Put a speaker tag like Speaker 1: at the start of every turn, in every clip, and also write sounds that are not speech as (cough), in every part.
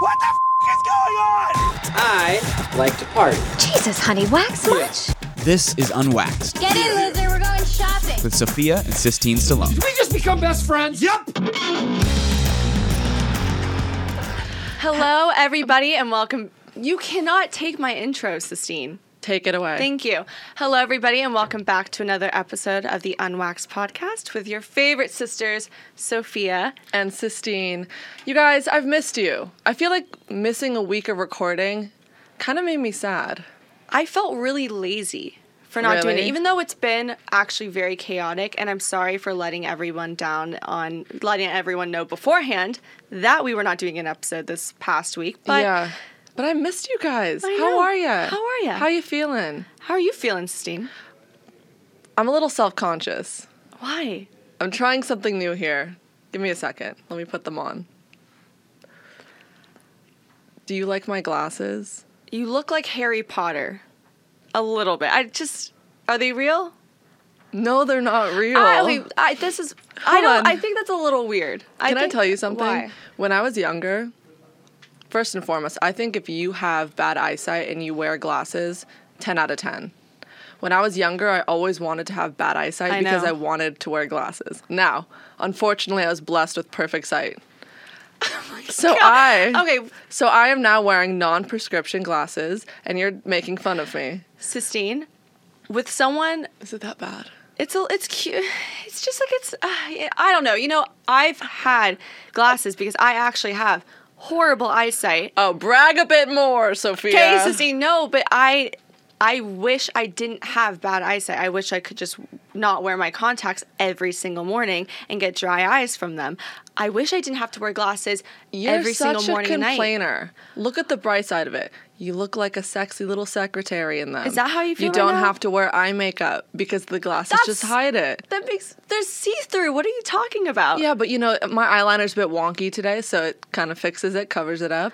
Speaker 1: What the f- is going on?
Speaker 2: I like to party.
Speaker 3: Jesus, honey, wax much?
Speaker 4: This is Unwaxed
Speaker 3: Get in, loser. We're going shopping.
Speaker 4: with Sophia and Sistine Stallone.
Speaker 2: We just become best friends.
Speaker 1: Yup.
Speaker 5: Hello, everybody, and welcome. You cannot take my intro, Sistine.
Speaker 6: Take it away.
Speaker 5: Thank you. Hello, everybody, and welcome back to another episode of the Unwaxed podcast with your favorite sisters, Sophia.
Speaker 6: and Sistine, you guys, I've missed you. I feel like missing a week of recording kind of made me sad.
Speaker 5: I felt really lazy for not doing it,
Speaker 6: Really?
Speaker 5: even though it's been actually very chaotic, and I'm sorry for letting everyone down on letting everyone know beforehand that we were not doing an episode this past week. But
Speaker 6: yeah. But I missed you guys.
Speaker 5: I
Speaker 6: How
Speaker 5: know.
Speaker 6: are you?
Speaker 5: How are ya?
Speaker 6: How you feeling?
Speaker 5: how are you feeling, Sistine?
Speaker 6: I'm a little self-conscious.
Speaker 5: Why?
Speaker 6: I'm trying something new here. Give me a second. Let me put them on. Do you like my glasses?
Speaker 5: You look like Harry Potter. A little bit. I just are they real?
Speaker 6: No, they're not real.
Speaker 5: I, wait, I, this is I
Speaker 6: Hold
Speaker 5: don't
Speaker 6: on.
Speaker 5: I think that's a little weird.
Speaker 6: Can I,
Speaker 5: think-
Speaker 6: tell you something?
Speaker 5: Why?
Speaker 6: When I was younger, first and foremost, I think if you have bad eyesight and you wear glasses, 10 out of 10. When I was younger, I always wanted to have bad eyesight
Speaker 5: I
Speaker 6: because
Speaker 5: know.
Speaker 6: I wanted to wear glasses. Now, unfortunately, I was blessed with perfect sight. so I
Speaker 5: Okay,
Speaker 6: so I am now wearing non-prescription glasses and you're making fun of me.
Speaker 5: Sistine, with someone
Speaker 6: Is it that bad?
Speaker 5: it's a, it's cute. It's just like it's uh, I don't know. You know, I've had glasses because I actually have horrible eyesight.
Speaker 6: Oh, brag a bit more, Sophia.
Speaker 5: Okay, Sistine, no, but I I wish I didn't have bad eyesight. I wish I could just not wear my contacts every single morning and get dry eyes from them. I wish I didn't have to wear glasses
Speaker 6: You're
Speaker 5: every
Speaker 6: such
Speaker 5: single morning
Speaker 6: a
Speaker 5: and night.
Speaker 6: complainer. Look at the bright side of it. You look like a sexy little secretary in them.
Speaker 5: Is that how you feel
Speaker 6: You
Speaker 5: right
Speaker 6: don't
Speaker 5: now?
Speaker 6: have to wear eye makeup because the glasses
Speaker 5: That's-
Speaker 6: just hide it.
Speaker 5: That makes there's see through. What are you talking about?
Speaker 6: Yeah, but you know my eyeliner's a bit wonky today, so it kind of fixes it, covers it up.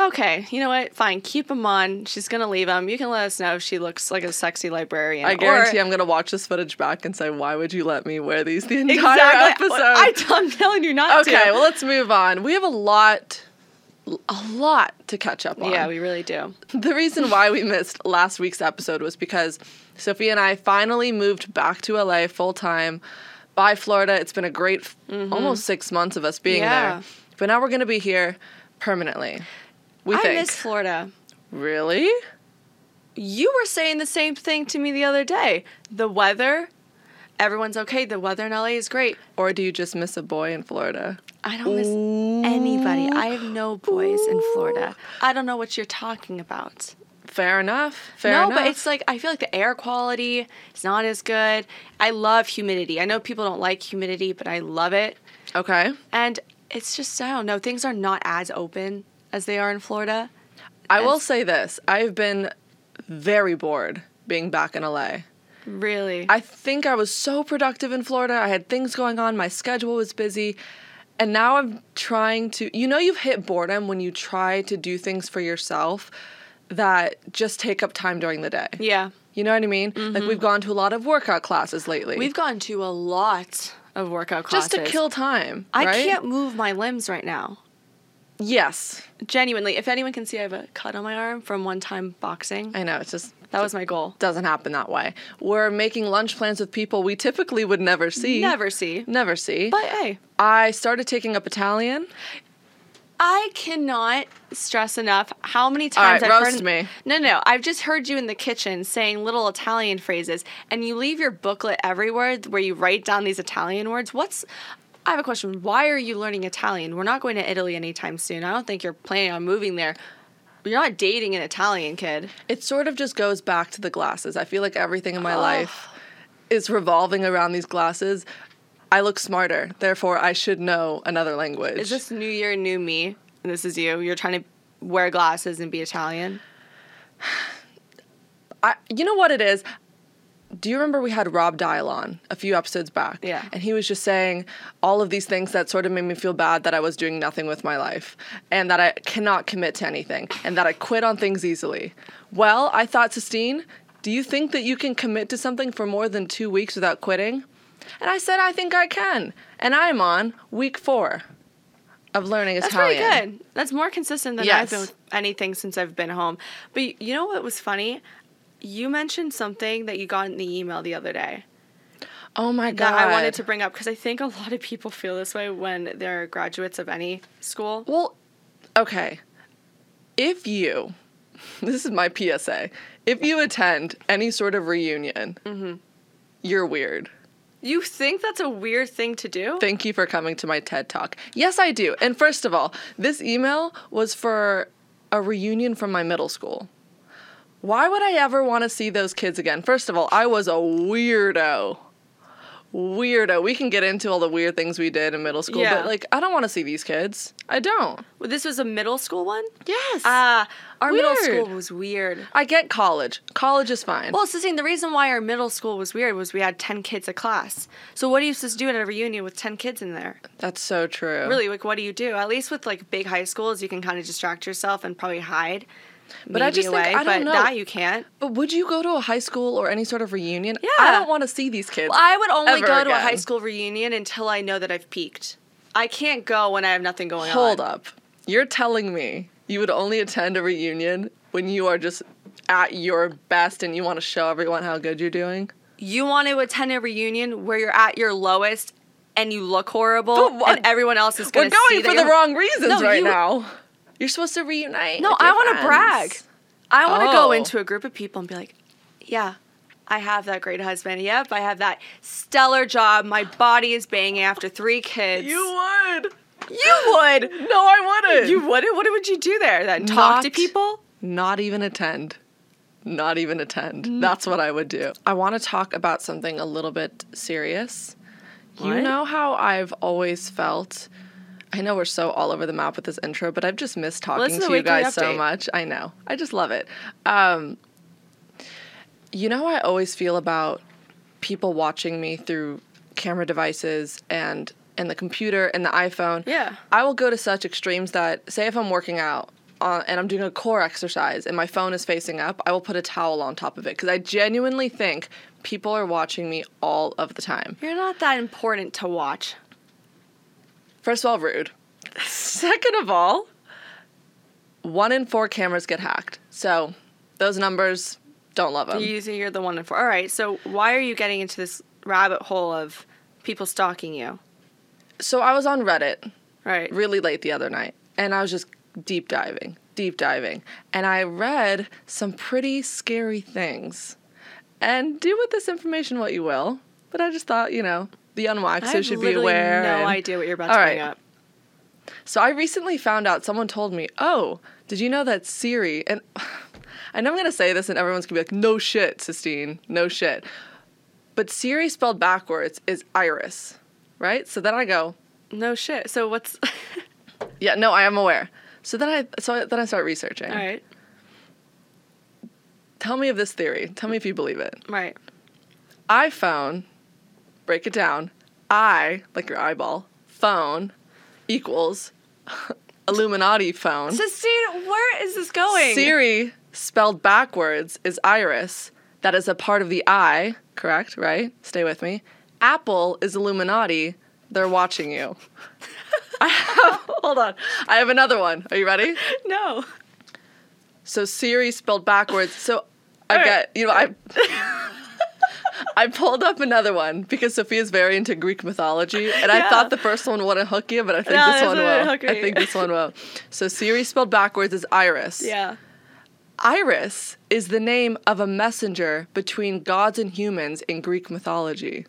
Speaker 5: Okay. You know what? Fine. Keep them on. She's gonna leave them. You can let us know if she looks like a sexy librarian.
Speaker 6: I
Speaker 5: or-
Speaker 6: guarantee I'm gonna watch this footage back and say, why would you let me wear these the entire
Speaker 5: exactly. (laughs)
Speaker 6: episode?
Speaker 5: I, am telling you not to.
Speaker 6: okay, well let's move on. We have a lot, a lot to catch up on.
Speaker 5: yeah, we really do.
Speaker 6: The reason why we missed last week's episode was because Sophie and I finally moved back to LA full time by Florida. It's been a great f almost six months of us being
Speaker 5: Yeah.
Speaker 6: there. But now we're going to be here permanently. We
Speaker 5: I
Speaker 6: think.
Speaker 5: miss Florida.
Speaker 6: really?
Speaker 5: you were saying the same thing to me the other day. The weather, everyone's okay. The weather in LA is great.
Speaker 6: Or do you just miss a boy in Florida?
Speaker 5: I don't miss anybody. I have no boys in Florida. I don't know what you're talking about.
Speaker 6: Fair enough. Fair
Speaker 5: no,
Speaker 6: enough.
Speaker 5: but it's like I feel like the air quality is not as good. I love humidity. I know people don't like humidity, but I love it.
Speaker 6: okay.
Speaker 5: And it's just I don't know. Things are not as open as they are in Florida.
Speaker 6: I will say this I've been very bored being back in LA.
Speaker 5: Really.
Speaker 6: I think I was so productive in Florida. I had things going on, my schedule was busy. And now I'm trying to, you know, you've hit boredom when you try to do things for yourself that just take up time during the day.
Speaker 5: yeah. Mm-hmm.
Speaker 6: You know what I mean? Like we've gone to a lot of workout classes lately.
Speaker 5: We've gone to a lot of workout classes.
Speaker 6: just to kill time.
Speaker 5: I
Speaker 6: right?
Speaker 5: can't move my limbs right now.
Speaker 6: Yes,
Speaker 5: Genuinely, if anyone can see, I have a cut on my arm from one time boxing.
Speaker 6: I know. It just
Speaker 5: That was my goal.
Speaker 6: doesn't happen that way. We're making lunch plans with people we typically would never see.
Speaker 5: Never see.
Speaker 6: Never see.
Speaker 5: But hey,
Speaker 6: I started taking up Italian.
Speaker 5: I cannot stress enough how many times
Speaker 6: right,
Speaker 5: I've
Speaker 6: roast
Speaker 5: heard
Speaker 6: me.
Speaker 5: No, no, I've just heard you in the kitchen saying little Italian phrases, and you leave your booklet everywhere where you write down these Italian words. What's I have a question. Why are you learning Italian? We're not going to Italy anytime soon. I don't think you're planning on moving there. You're not dating an Italian kid.
Speaker 6: it sort of just goes back to the glasses. I feel like everything in my life is revolving around these glasses. I look smarter, therefore I should know another language.
Speaker 5: Is this new year, new me? And this is you. You're trying to wear glasses and be Italian.
Speaker 6: I, you know what it is? Do you remember we had Rob Dial on a few episodes back?
Speaker 5: Yeah.
Speaker 6: And he was just saying all of these things that sort of made me feel bad that I was doing nothing with my life and that I cannot commit to anything and that I quit on things easily. Well, I thought, Sistine, do you think that you can commit to something for more than two weeks without quitting? And I said, I think I can. And I'm on week four. of learning
Speaker 5: That's
Speaker 6: Italian.
Speaker 5: pretty good. That's more consistent than I've been
Speaker 6: Yes.
Speaker 5: with anything since I've been home. But y- you know what was funny? You mentioned something that you got in the email the other day
Speaker 6: Oh my god!
Speaker 5: that I wanted to bring up because I think a lot of people feel this way when they're graduates of any school.
Speaker 6: Well, okay. If you, (laughs) this is my PSA. If you attend any sort of reunion, you're weird.
Speaker 5: You think that's a weird thing to do?
Speaker 6: Thank you for coming to my TED Talk. Yes, I do. And first of all, this email was for a reunion from my middle school. Why would I ever want to see those kids again? First of all, I was a weirdo. Weirdo. We can get into all the weird things we did in middle school,
Speaker 5: Yeah.
Speaker 6: but like, I don't want to see these kids. I don't.
Speaker 5: Well, this was a middle school one?
Speaker 6: Yes.
Speaker 5: Ah, our middle
Speaker 6: Weird.
Speaker 5: school was weird.
Speaker 6: I get college. College is fine.
Speaker 5: Well, Sissy, the reason why our middle school was weird was we had 10 kids a class. So what are you supposed to do at a reunion with 10 kids in there?
Speaker 6: that's so true.
Speaker 5: Really, like, what do you do? At least with, like, big high schools, you can kind of distract yourself and probably hide.
Speaker 6: But I
Speaker 5: maybe
Speaker 6: just think- I don't
Speaker 5: but
Speaker 6: know.
Speaker 5: that you can't.
Speaker 6: But would you go to a high school or any sort of reunion?
Speaker 5: Yeah.
Speaker 6: I don't want to see these kids.
Speaker 5: I would only go
Speaker 6: ever
Speaker 5: to a
Speaker 6: again.
Speaker 5: high school reunion until I know that I've peaked. I can't go when I have nothing going on.
Speaker 6: Hold up. You're telling me you would only attend a reunion when you are just at your best and you want to show everyone how good you're doing?
Speaker 5: You want to attend a reunion where you're at your lowest and you look horrible
Speaker 6: But what-
Speaker 5: and everyone else is
Speaker 6: We're
Speaker 5: going to see
Speaker 6: going
Speaker 5: that
Speaker 6: for the
Speaker 5: you're-
Speaker 6: wrong
Speaker 5: No,
Speaker 6: reasons right
Speaker 5: you-
Speaker 6: now. You're supposed to reunite.
Speaker 5: No,
Speaker 6: with
Speaker 5: I
Speaker 6: your
Speaker 5: want to
Speaker 6: friends.
Speaker 5: brag. I want to
Speaker 6: Oh.
Speaker 5: go into a group of people and be like, yeah, I have that great husband. Yep, I have that stellar job. My body is banging after three kids.
Speaker 6: You would.
Speaker 5: (laughs) You would.
Speaker 6: No, I wouldn't.
Speaker 5: You wouldn't? What would you do there then? Talk to
Speaker 6: Not-
Speaker 5: people?
Speaker 6: not even attend. Not even attend.
Speaker 5: Mm.
Speaker 6: That's what I would do. I want to talk about something a little bit serious. You
Speaker 5: What?
Speaker 6: know how I've always felt. I know we're so all over the map with this intro, but I've just missed
Speaker 5: Listen
Speaker 6: talking
Speaker 5: to the
Speaker 6: to you
Speaker 5: weekly
Speaker 6: guys so
Speaker 5: update.
Speaker 6: much. I know. I just love it. Um, you know how I always feel about people watching me through camera devices and and the computer and the iPhone.
Speaker 5: Yeah.
Speaker 6: I will go to such extremes that say if I'm working out uh, and I'm doing a core exercise and my phone is facing up, I will put a towel on top of it because I genuinely think people are watching me all of the time.
Speaker 5: You're not that important to watch.
Speaker 6: First of all, rude. Second of all, one in four cameras get hacked. So those numbers, don't love them.
Speaker 5: You say you're the one in four. All right, so why are you getting into this rabbit hole of people stalking you?
Speaker 6: So I was on Reddit
Speaker 5: Right.
Speaker 6: really late the other night and I was just deep diving, deep diving. And I read some pretty scary things. And do with this information what you will, but I just thought, you know, the unwaxed
Speaker 5: I have
Speaker 6: should be
Speaker 5: literally
Speaker 6: aware.
Speaker 5: no
Speaker 6: and-
Speaker 5: idea what you're about
Speaker 6: All
Speaker 5: to bring
Speaker 6: right.
Speaker 5: up.
Speaker 6: So I recently found out someone told me, "Oh, did you know that Siri?" And (sighs) I know I'm gonna say this, and everyone's gonna be like, "No shit, Sistine, no shit." But Siri spelled backwards is Iris, right? So then I go,
Speaker 5: No shit. So what's (laughs)
Speaker 6: "Yeah, no, I am aware." So then I so then I start researching.
Speaker 5: all right?
Speaker 6: Tell me of this theory. Tell me if you believe it.
Speaker 5: Right.
Speaker 6: iPhone, break it down. I like your eyeball. Phone equals (laughs) Illuminati phone.
Speaker 5: Sistine, where is this going?
Speaker 6: Siri spelled backwards is iris. That is a part of the eye, correct? Right? Stay with me. Apple is Illuminati. They're watching you. I have, (laughs) hold on. I have another one. Are you ready?
Speaker 5: No.
Speaker 6: So Siri spelled backwards. So I
Speaker 5: right.
Speaker 6: get you know I
Speaker 5: (laughs)
Speaker 6: I pulled up another one because Sophia's very into Greek mythology, and I
Speaker 5: Yeah.
Speaker 6: thought the first one wouldn't hook you, but I think
Speaker 5: No,
Speaker 6: this
Speaker 5: this
Speaker 6: one will.
Speaker 5: wouldn't hook
Speaker 6: I
Speaker 5: me.
Speaker 6: think this one will. So Siri spelled backwards is iris.
Speaker 5: Yeah.
Speaker 6: Iris is the name of a messenger between gods and humans in Greek mythology.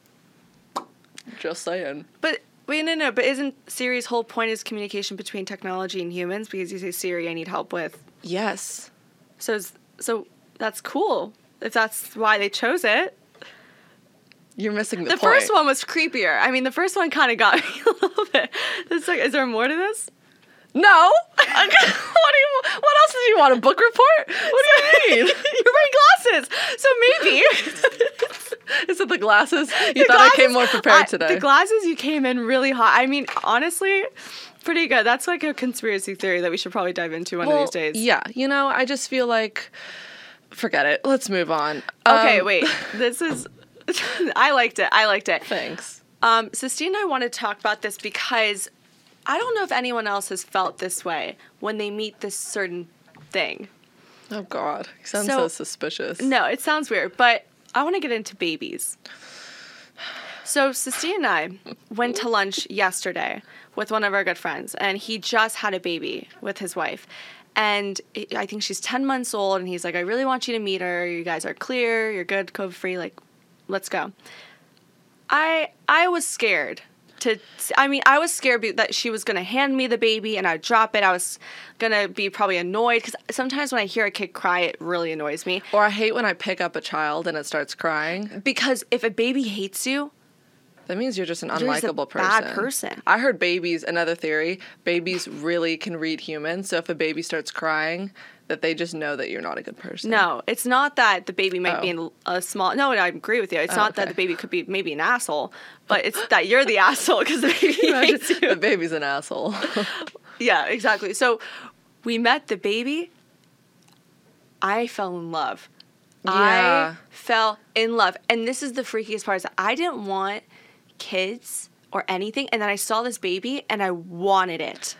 Speaker 6: Just saying.
Speaker 5: But wait, no, no. But isn't Siri's whole point is communication between technology and humans? Because you say Siri, I need help with.
Speaker 6: Yes.
Speaker 5: So, it's- so that's cool if that's why they chose it.
Speaker 6: You're missing the,
Speaker 5: The
Speaker 6: point.
Speaker 5: first one was creepier. I mean, the first one kind of got (laughs) me a little bit. It's like, is there more to this?
Speaker 6: No. (laughs) what do you what else did you want? A book report? What
Speaker 5: (laughs)
Speaker 6: do you mean? (laughs)
Speaker 5: You're wearing glasses, so maybe
Speaker 6: Is it the glasses? You
Speaker 5: The
Speaker 6: thought I came
Speaker 5: glasses-
Speaker 6: more prepared
Speaker 5: I-
Speaker 6: today.
Speaker 5: The glasses you came in really hot. I mean, honestly, pretty good. That's like a conspiracy theory that we should probably dive into one
Speaker 6: Well,
Speaker 5: of these days.
Speaker 6: Yeah, you know, I just feel like forget it. Let's move on.
Speaker 5: Okay,
Speaker 6: Um,
Speaker 5: wait. This is. (laughs) I liked it. I liked it.
Speaker 6: Thanks.
Speaker 5: Um, Sistine and I want to talk about this because I don't know if anyone else has felt this way when they meet this certain thing.
Speaker 6: Oh God, you sound so,
Speaker 5: So-
Speaker 6: suspicious.
Speaker 5: No, it sounds weird, but I want to get into babies. So, Sistine and I went to lunch yesterday with one of our good friends, and he just had a baby with his wife. And it- I think she's 10 months old, and he's like, I really want you to meet her. You guys are clear, you're good, COVID free, like, let's go. I I was scared to I mean I was scared be- that she was gonna hand me the baby and I'd drop it. I was gonna be probably annoyed because sometimes when I hear a kid cry, it really annoys me
Speaker 6: Or I hate when I pick up a child and it starts crying.
Speaker 5: because if a baby hates you,
Speaker 6: That means you're just an
Speaker 5: You're just a
Speaker 6: unlikable person.
Speaker 5: bad person.
Speaker 6: I heard babies. Another theory: babies really can read humans. So if a baby starts crying, that they just know that you're not a good person.
Speaker 5: no, it's not that the baby might be
Speaker 6: Oh.
Speaker 5: in a small. No, I agree with you. It's not that
Speaker 6: okay.
Speaker 5: the baby could be maybe an asshole, but it's that you're the (laughs) asshole because the
Speaker 6: (laughs)
Speaker 5: baby
Speaker 6: Imagine-
Speaker 5: hates you.
Speaker 6: the baby's an asshole.
Speaker 5: Yeah, exactly. So we met the baby. I fell in love. I
Speaker 6: Yeah.
Speaker 5: fell in love. And this is the freakiest part is that I didn't want kids or anything. And then I saw this baby and I wanted it.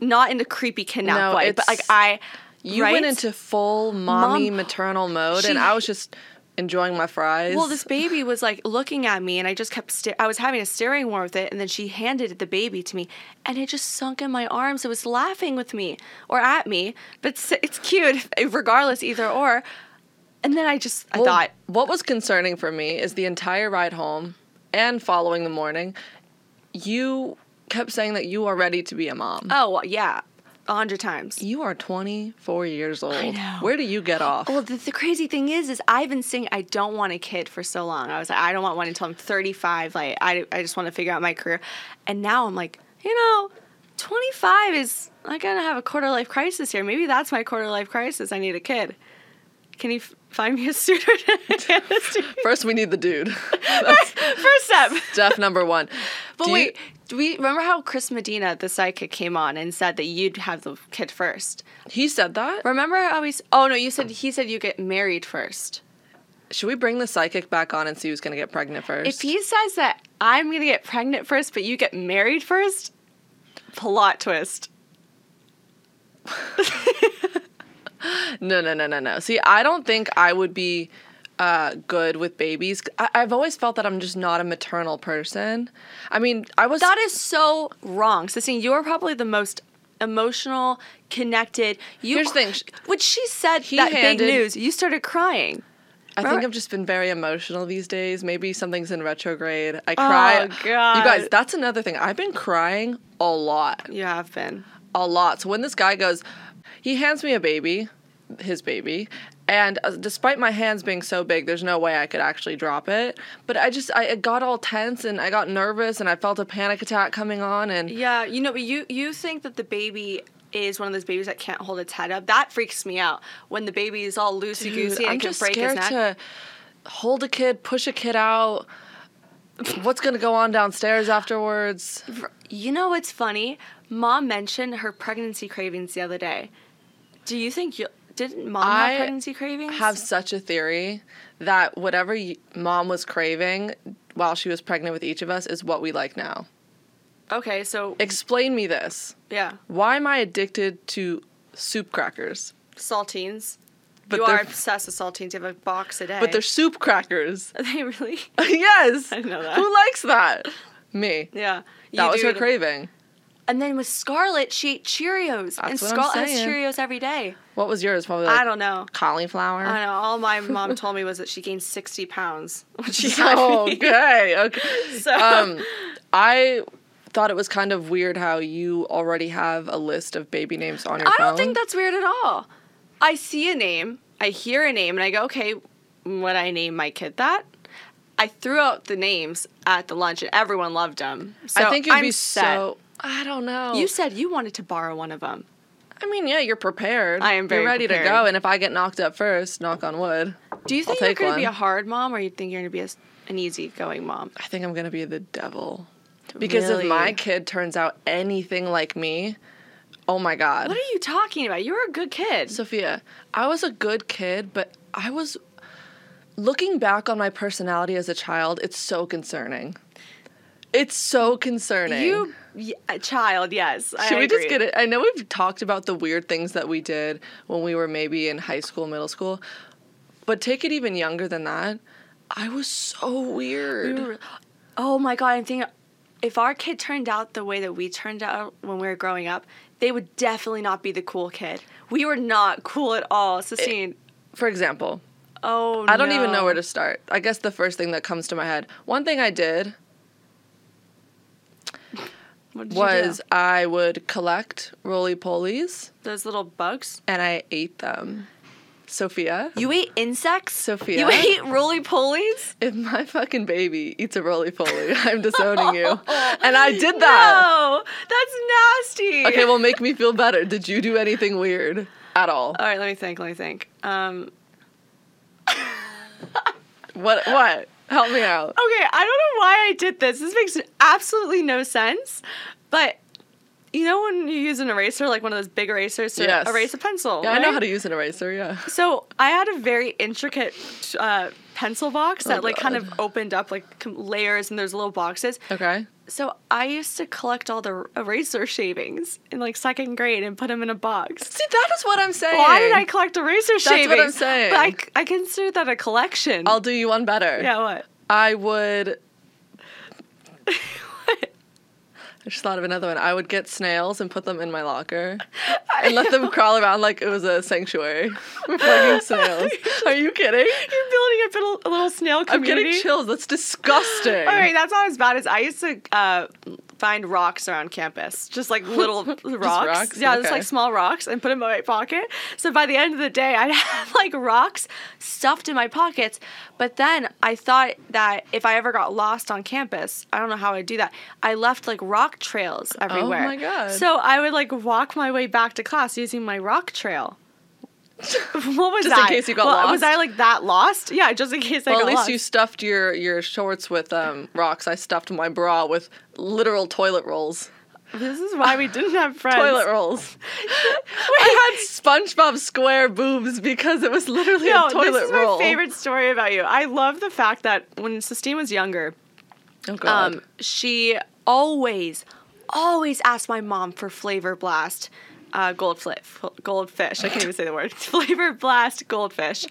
Speaker 5: Not in the creepy kidnap
Speaker 6: No,
Speaker 5: way, but like
Speaker 6: it's-
Speaker 5: I
Speaker 6: you
Speaker 5: right?
Speaker 6: went into full mommy
Speaker 5: Mom-
Speaker 6: maternal mode,
Speaker 5: She-
Speaker 6: and I was just enjoying my fries.
Speaker 5: Well, this baby was like looking at me, and I just kept. Sta- I was having a staring war with it, and then she handed the baby to me, and it just sunk in my arms. It was laughing with me or at me, but it's, it's cute, (laughs) regardless, either or. And then I just, I
Speaker 6: Well,
Speaker 5: thought,
Speaker 6: What was concerning for me is the entire ride home and following the morning, you kept saying that you are ready to be a mom.
Speaker 5: oh well, yeah, a hundred times.
Speaker 6: You are 24 years old.
Speaker 5: know. Oh
Speaker 6: Where do you get off?
Speaker 5: Well, the, the crazy thing is, is I've been saying I don't want a kid for so long. I was like, I don't want one until I'm 35. Like, I, I just want to figure out my career. And now I'm like, you know, 25 is, I'm going to have a quarter life crisis here. Maybe that's my quarter life crisis. I need a kid. Can you f- find me a suitor? (laughs)
Speaker 6: First, we need the dude.
Speaker 5: First step.
Speaker 6: Step number one.
Speaker 5: But
Speaker 6: Do you-
Speaker 5: wait, do we remember how Chris Medina, the sidekick, came on and said that you'd have the kid first?
Speaker 6: he said that?
Speaker 5: Remember how he's, oh no, you said, he said you get married first.
Speaker 6: Should we bring the psychic back on and see who's going to get pregnant first?
Speaker 5: If he says that I'm gonna get pregnant first, but you get married first, plot twist.
Speaker 6: No, no, no, no, no. See, I don't think I would be uh, good with babies. I- I've always felt that I'm just not a maternal person. I mean, I was.
Speaker 5: That is so wrong, Sistine. You are probably the most emotional, connected. You
Speaker 6: Here's the thing, sh-
Speaker 5: When she said
Speaker 6: he
Speaker 5: that
Speaker 6: handed-
Speaker 5: big news, you started crying.
Speaker 6: I think
Speaker 5: Remember-
Speaker 6: I've just been very emotional these days. Maybe something's in retrograde. I cry. You guys,
Speaker 5: Oh, God.
Speaker 6: that's another thing. I've been crying a lot,
Speaker 5: You have been.
Speaker 6: a lot. So when this guy goes, he hands me a baby, his baby, and uh, despite my hands being so big, there's no way I could actually drop it. But I just, I it got all tense and I got nervous and I felt a panic attack coming on and.
Speaker 5: Yeah, you know, but you you think that the baby is one of those babies that can't hold its head up. That freaks me out. When the baby is all loosey
Speaker 6: Dude,
Speaker 5: goosey and
Speaker 6: I'm
Speaker 5: it can
Speaker 6: just
Speaker 5: break his
Speaker 6: scared
Speaker 5: neck.
Speaker 6: to hold a kid, push a kid out. What's gonna go on downstairs afterwards?
Speaker 5: You know what's funny? Mom mentioned her pregnancy cravings the other day. Do you think you didn't mom
Speaker 6: I
Speaker 5: have pregnancy cravings?
Speaker 6: have such a theory that whatever y- mom was craving while she was pregnant with each of us is what we like now.
Speaker 5: okay, so
Speaker 6: Explain me this.
Speaker 5: yeah,
Speaker 6: Why am I addicted to soup crackers?
Speaker 5: saltines.
Speaker 6: But
Speaker 5: you are
Speaker 6: they're-
Speaker 5: obsessed with saltines. You have a box a day.
Speaker 6: But they're soup crackers. (laughs)
Speaker 5: are (laughs) they really?
Speaker 6: yes.
Speaker 5: I know that.
Speaker 6: Who likes that? Me.
Speaker 5: Yeah,
Speaker 6: That
Speaker 5: you
Speaker 6: was
Speaker 5: do
Speaker 6: her
Speaker 5: eat-
Speaker 6: craving.
Speaker 5: And then with Scarlett, she ate Cheerios, and
Speaker 6: That's what I'm
Speaker 5: Scarlett has
Speaker 6: saying.
Speaker 5: Cheerios every day.
Speaker 6: What was yours? Probably like
Speaker 5: I don't know.
Speaker 6: cauliflower. (laughs)
Speaker 5: I know. All my mom told me was that she gained sixty pounds when
Speaker 6: (laughs)
Speaker 5: she had (laughs)
Speaker 6: Oh, So
Speaker 5: me.
Speaker 6: okay, okay.
Speaker 5: So
Speaker 6: Um, I thought it was kind of weird how you already have a list of baby names on your
Speaker 5: I
Speaker 6: phone.
Speaker 5: don't think that's weird at all. I see a name, I hear a name, and I go, okay, would I name my kid that? I threw out the names at the lunch, and everyone loved them. So
Speaker 6: I think it'd
Speaker 5: I'm
Speaker 6: be
Speaker 5: set.
Speaker 6: so. I don't know.
Speaker 5: You said you wanted to borrow one of them.
Speaker 6: I mean, yeah, you're prepared.
Speaker 5: I am very
Speaker 6: You're ready to
Speaker 5: prepared.
Speaker 6: go. And if I get knocked up first, knock on wood.
Speaker 5: Do you think
Speaker 6: take
Speaker 5: you're going to be
Speaker 6: one.
Speaker 5: a hard mom, or you think you're going to be a s an easygoing
Speaker 6: (sighs)
Speaker 5: mom?
Speaker 6: I think I'm gonna be the devil because if
Speaker 5: Really?
Speaker 6: my kid turns out anything like me, oh my god.
Speaker 5: What are you talking about? You're a good kid.
Speaker 6: (laughs) Sophia, I was a good kid, but I was looking back on my personality as a child, it's so concerning. It's so concerning.
Speaker 5: you y- a child, yes.
Speaker 6: Should we just get it? I know we've talked about the weird things that we did when we were maybe in high school, middle school, but take it even younger than that. I was so weird.
Speaker 5: Oh my god, I'm thinking if our kid turned out the way that we turned out when we were growing up, they would definitely not be the cool kid. We were not cool at all. Sistine,
Speaker 6: For example,
Speaker 5: oh
Speaker 6: I don't even know where to start. I guess the first thing that comes to my head, one thing I did
Speaker 5: what did you
Speaker 6: was
Speaker 5: do?
Speaker 6: I would collect roly polies
Speaker 5: those little bugs.
Speaker 6: and I ate them. Sophia,
Speaker 5: You ate insects?
Speaker 6: Sophia.
Speaker 5: You ate roly polies?
Speaker 6: if my fucking baby eats a roly poly, (laughs) I'm
Speaker 5: (laughs)
Speaker 6: disowning you. And I did that.
Speaker 5: No, Oh, that's nasty.
Speaker 6: Uh, Okay, well, make me feel better. Did you do anything weird at all?
Speaker 5: All right, let me think. Let me think. Um,
Speaker 6: What? What? Help me out.
Speaker 5: okay, I don't know why I did this. This makes absolutely no sense. But you know when you use an eraser, like one of those big erasers to
Speaker 6: Yes.
Speaker 5: erase a pencil?
Speaker 6: Yeah, I know
Speaker 5: right?
Speaker 6: how to use an eraser. Yeah.
Speaker 5: So I had a very intricate uh, pencil box that like kind
Speaker 6: Oh, God.
Speaker 5: of opened up like com- layers, and there's little boxes.
Speaker 6: Okay.
Speaker 5: So I used to collect all the eraser shavings in like second grade and put them in a box.
Speaker 6: See, that is what I'm saying.
Speaker 5: Why did I collect eraser
Speaker 6: what I'm
Speaker 5: shavings?
Speaker 6: saying.
Speaker 5: But I, c- I consider that a collection.
Speaker 6: I'll do you one better.
Speaker 5: yeah, what? (laughs)
Speaker 6: I would. I just thought of another one. I would get snails and put them in
Speaker 5: (laughs)
Speaker 6: my locker and let them crawl around like it was a sanctuary. (laughs)
Speaker 5: (laughs)
Speaker 6: Fucking snails. Are you kidding?
Speaker 5: You're building a little, a little snail
Speaker 6: I'm
Speaker 5: community.
Speaker 6: getting chills. That's disgusting.
Speaker 5: All right, that's not as bad as I used to uh, find rocks around campus, just like
Speaker 6: (laughs)
Speaker 5: little rocks.
Speaker 6: rocks?
Speaker 5: Yeah, just
Speaker 6: Okay.
Speaker 5: like small rocks, and put them in my pocket. So by the end of the day, I'd (laughs) have like rocks stuffed in my pockets. But then I thought that if I ever got lost on campus, I don't know how I'd do that. I left like rock trails everywhere.
Speaker 6: Oh my God.
Speaker 5: So I would like walk my way back to class using my rock trail. (laughs) what was
Speaker 6: Just in
Speaker 5: I?
Speaker 6: case you got
Speaker 5: Well, Was
Speaker 6: lost?
Speaker 5: I like that lost? Yeah, just in case I
Speaker 6: Well,
Speaker 5: got
Speaker 6: at least
Speaker 5: lost.
Speaker 6: you stuffed your, your shorts with um, rocks. I stuffed my bra with literal toilet rolls.
Speaker 5: This is why we didn't have friends.
Speaker 6: (laughs) Toilet rolls. I had SpongeBob Square boobs because it was literally
Speaker 5: (laughs) No,
Speaker 6: a toilet
Speaker 5: this is
Speaker 6: roll.
Speaker 5: my favorite story about you. I love the fact that when Sistine was younger,
Speaker 6: Oh god.
Speaker 5: um, she always, always asked my mom for Flavor Blast uh, goldfish. Goldfish. I can't even say the word. (laughs) Flavor Blast goldfish.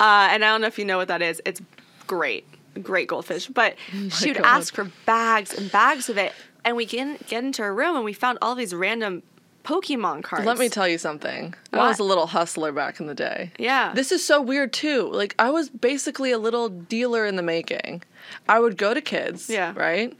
Speaker 5: Uh, and I don't know if you know what that is. It's great, great goldfish. But she would
Speaker 6: Oh God.
Speaker 5: ask for bags and bags of it, and we can get into her room and we found all these random Pokemon cards.
Speaker 6: Let me tell you something. I
Speaker 5: What?
Speaker 6: was a little hustler back in the day.
Speaker 5: Yeah.
Speaker 6: This is so weird too. Like I was basically a little dealer in the making. I would go to kids,
Speaker 5: Yeah.
Speaker 6: right?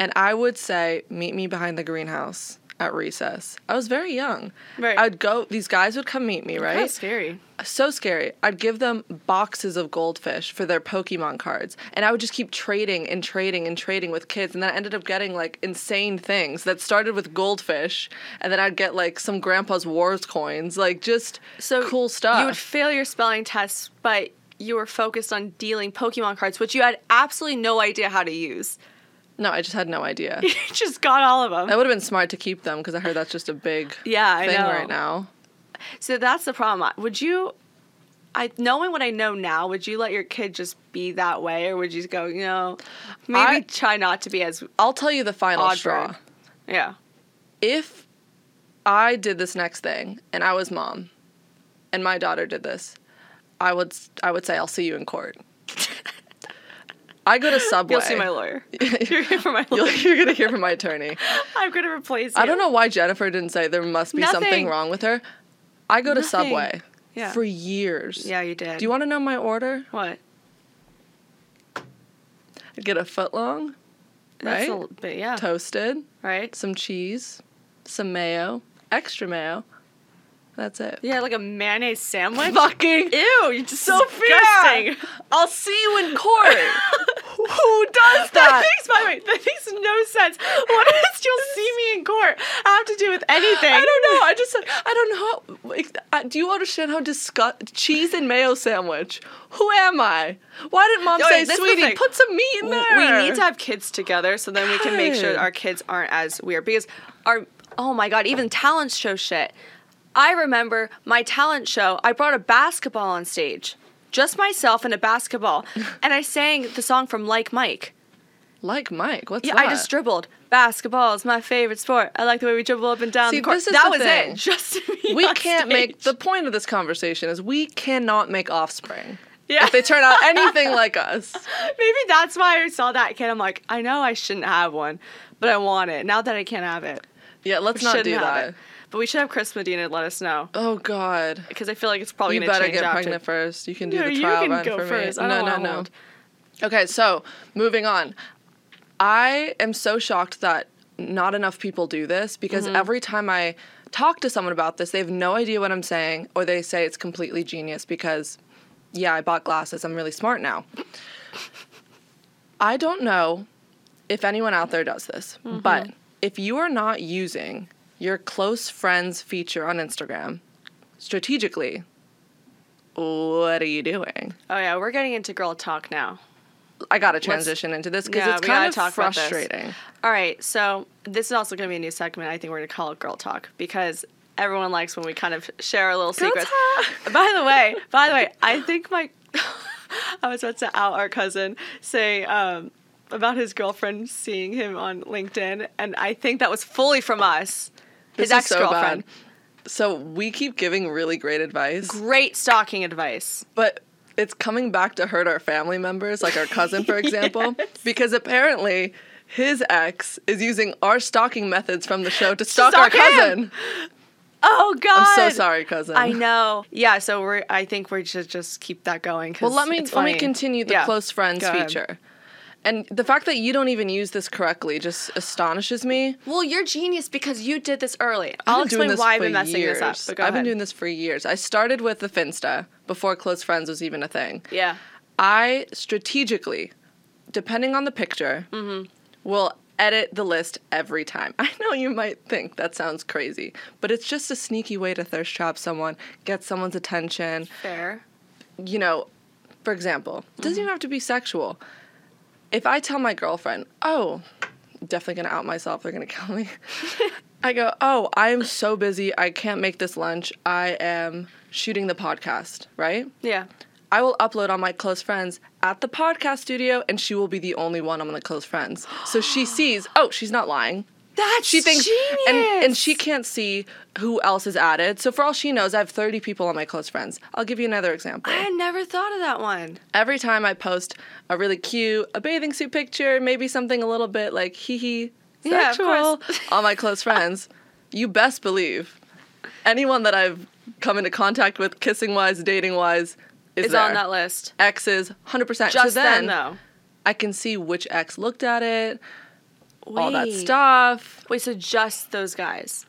Speaker 6: And I would say, "Meet me behind the greenhouse." At recess, I was very young.
Speaker 5: Right.
Speaker 6: I'd go. These guys would come meet me, right?
Speaker 5: That's scary.
Speaker 6: so scary. I'd give them boxes of goldfish for their Pokemon cards, and I would just keep trading and trading and trading with kids, and then I ended up getting like insane things that started with goldfish, and then I'd get like some grandpa's wars coins, like just
Speaker 5: so
Speaker 6: cool stuff.
Speaker 5: You would fail your spelling tests, but you were focused on dealing Pokemon cards, which you had absolutely no idea how to use. (laughs)
Speaker 6: no, I just had no idea. (laughs)
Speaker 5: You just got all of them.
Speaker 6: that would have been smart to keep them because I heard that's just a big
Speaker 5: Yeah, I
Speaker 6: Oh, thing
Speaker 5: know.
Speaker 6: right now.
Speaker 5: So that's the problem. Would you, I knowing what I know now, would you let your kid just be that way, or would you just go, you know, maybe
Speaker 6: I-
Speaker 5: try not to be as
Speaker 6: I'll tell you the final
Speaker 5: odd
Speaker 6: straw.
Speaker 5: bird? Yeah.
Speaker 6: if I did this next thing and I was mom and my daughter did this, I would I would say I'll see you in court.
Speaker 5: (laughs)
Speaker 6: I go to Subway.
Speaker 5: You'll see my lawyer. (laughs) You're here for my lawyer.
Speaker 6: (laughs) You'll- you're gonna hear from my attorney.
Speaker 5: I'm gonna replace. You.
Speaker 6: I don't know why Jennifer didn't say there must be something
Speaker 5: Nothing.
Speaker 6: wrong with her. I go to
Speaker 5: Nothing.
Speaker 6: Subway
Speaker 5: Yeah.
Speaker 6: for years.
Speaker 5: Yeah, you did.
Speaker 6: Do you want to know my order?
Speaker 5: what?
Speaker 6: I get a foot long,
Speaker 5: That's a
Speaker 6: Right?
Speaker 5: l- bit, yeah.
Speaker 6: toasted,
Speaker 5: right.
Speaker 6: some cheese, some mayo, extra mayo. That's it.
Speaker 5: Yeah, like a mayonnaise sandwich.
Speaker 6: Fucking
Speaker 5: Ew, you're just so
Speaker 6: Sophia!
Speaker 5: disgusting. (laughs)
Speaker 6: I'll see you in (laughs) court. Who does that?
Speaker 5: That makes, by the way, that makes no sense. What does you'll see me in court have to do with anything?
Speaker 6: I don't know. I just I don't know. How, like, I- do you understand how disgust cheese and mayo sandwich? Who am I? Why didn't mom
Speaker 5: Okay,
Speaker 6: say,
Speaker 5: this is the
Speaker 6: "Sweetie,
Speaker 5: thing.
Speaker 6: put some meat in
Speaker 5: (laughs) We
Speaker 6: there"?
Speaker 5: need to have kids together so then we can make sure that our kids aren't as weird because our oh my god, even talent show shit. I remember my talent show, I brought a basketball on
Speaker 6: (laughs)
Speaker 5: stage. Just myself and a basketball. And I sang the song from Like Mike.
Speaker 6: Like Mike, what's
Speaker 5: Yeah,
Speaker 6: that?
Speaker 5: I just dribbled. Basketball is my favorite sport. I like the way we dribble up and down
Speaker 6: See,
Speaker 5: the court.
Speaker 6: this is
Speaker 5: that
Speaker 6: the
Speaker 5: was
Speaker 6: thing.
Speaker 5: it. (laughs) Just to be
Speaker 6: we
Speaker 5: on
Speaker 6: can't make the
Speaker 5: stage.
Speaker 6: point of this conversation is we cannot make offspring.
Speaker 5: Yeah.
Speaker 6: If they turn out anything like us.
Speaker 5: Maybe that's why I saw that kid. I'm like, I know I shouldn't have one, but I want it. Now that I can't have it,
Speaker 6: Yeah, let's
Speaker 5: we
Speaker 6: not
Speaker 5: shouldn't
Speaker 6: do
Speaker 5: have
Speaker 6: that.
Speaker 5: it. But we should have Chris Medina let us know
Speaker 6: Oh God.
Speaker 5: because I feel like it's probably
Speaker 6: you
Speaker 5: gonna
Speaker 6: better
Speaker 5: change
Speaker 6: get
Speaker 5: after.
Speaker 6: pregnant first. You can do
Speaker 5: No,
Speaker 6: the
Speaker 5: you
Speaker 6: trial
Speaker 5: can
Speaker 6: run
Speaker 5: go
Speaker 6: for me.
Speaker 5: first. I don't
Speaker 6: no,
Speaker 5: want
Speaker 6: no, no.
Speaker 5: old.
Speaker 6: Okay, so moving on. I am so shocked that not enough people do this because
Speaker 5: Mm-hmm.
Speaker 6: every time I talk to someone about this, they have no idea what I'm saying, or they say it's completely genius because, yeah, I bought glasses. I'm really smart now. I don't know if anyone out there does this,
Speaker 5: Mm-hmm.
Speaker 6: but if you are not using your close friends feature on Instagram strategically, what are you doing?
Speaker 5: Oh yeah, we're getting into girl talk now.
Speaker 6: I gotta transition into this because
Speaker 5: Yeah,
Speaker 6: it's
Speaker 5: we gotta
Speaker 6: kind of
Speaker 5: talk about this.
Speaker 6: frustrating.
Speaker 5: All right, so this is also going to be a new segment. I think we're going to call it Girl Talk because everyone likes when we kind of share our little secrets. By the way, by the way, I think my (laughs) I was about to out our cousin say um, about his girlfriend seeing him on LinkedIn, and I think that was fully from us. His
Speaker 6: This is
Speaker 5: ex
Speaker 6: so
Speaker 5: girlfriend.
Speaker 6: bad. So we keep giving really great advice,
Speaker 5: Great stalking advice.
Speaker 6: but it's coming back to hurt our family members, like our
Speaker 5: (laughs)
Speaker 6: cousin, for example, because apparently his ex is using our stalking methods from the show to stalk,
Speaker 5: stalk
Speaker 6: our
Speaker 5: him!
Speaker 6: cousin.
Speaker 5: Oh God!
Speaker 6: I'm so sorry, cousin.
Speaker 5: I know. Yeah. So we're. I think we should just keep that going. 'cause
Speaker 6: Well, let me
Speaker 5: it's
Speaker 6: let me
Speaker 5: funny.
Speaker 6: continue the
Speaker 5: Yeah.
Speaker 6: close friends
Speaker 5: Go ahead.
Speaker 6: feature. And the fact that you don't even use this correctly just astonishes me.
Speaker 5: Well, you're genius because you did this early. I'll
Speaker 6: I've been
Speaker 5: explain
Speaker 6: doing this
Speaker 5: why I've
Speaker 6: for
Speaker 5: been messing
Speaker 6: years.
Speaker 5: this up. But go
Speaker 6: I've been
Speaker 5: ahead.
Speaker 6: doing this for years. I started with the Finsta before close friends was even a thing.
Speaker 5: Yeah.
Speaker 6: I strategically, depending on the picture,
Speaker 5: Mm-hmm.
Speaker 6: will edit the list every time. (laughs) I know you might think that sounds crazy, but it's just a sneaky way to thirst trap someone, get someone's attention.
Speaker 5: Fair.
Speaker 6: You know, for example, it doesn't even have to be sexual. If I tell my girlfriend, oh, I'm definitely gonna out myself, they're gonna kill me. I go, oh, I am so busy, I can't make this lunch, I am shooting the podcast, right?
Speaker 5: Yeah.
Speaker 6: I will upload on my close friends at the podcast studio, and she will be the only one on the close friends. So she sees, oh, she's not lying.
Speaker 5: That's
Speaker 6: She thinks, and and she can't see who else is added. So for all she knows, I have 30 people on my close friends. I'll give you another example.
Speaker 5: I had never thought of that one.
Speaker 6: Every time I post a really cute, a bathing suit picture, maybe something a little bit like hee hee
Speaker 5: Yeah, of
Speaker 6: sexual
Speaker 5: course. (laughs)
Speaker 6: on my close friends, you best believe anyone that I've come into contact with, kissing wise, dating wise, is
Speaker 5: It's on
Speaker 6: there.
Speaker 5: that list.
Speaker 6: X's,
Speaker 5: Just
Speaker 6: 100%. so
Speaker 5: then,
Speaker 6: then,
Speaker 5: though.
Speaker 6: I can see which X looked at it, all that
Speaker 5: Wait.
Speaker 6: stuff.
Speaker 5: Wait, so just those guys.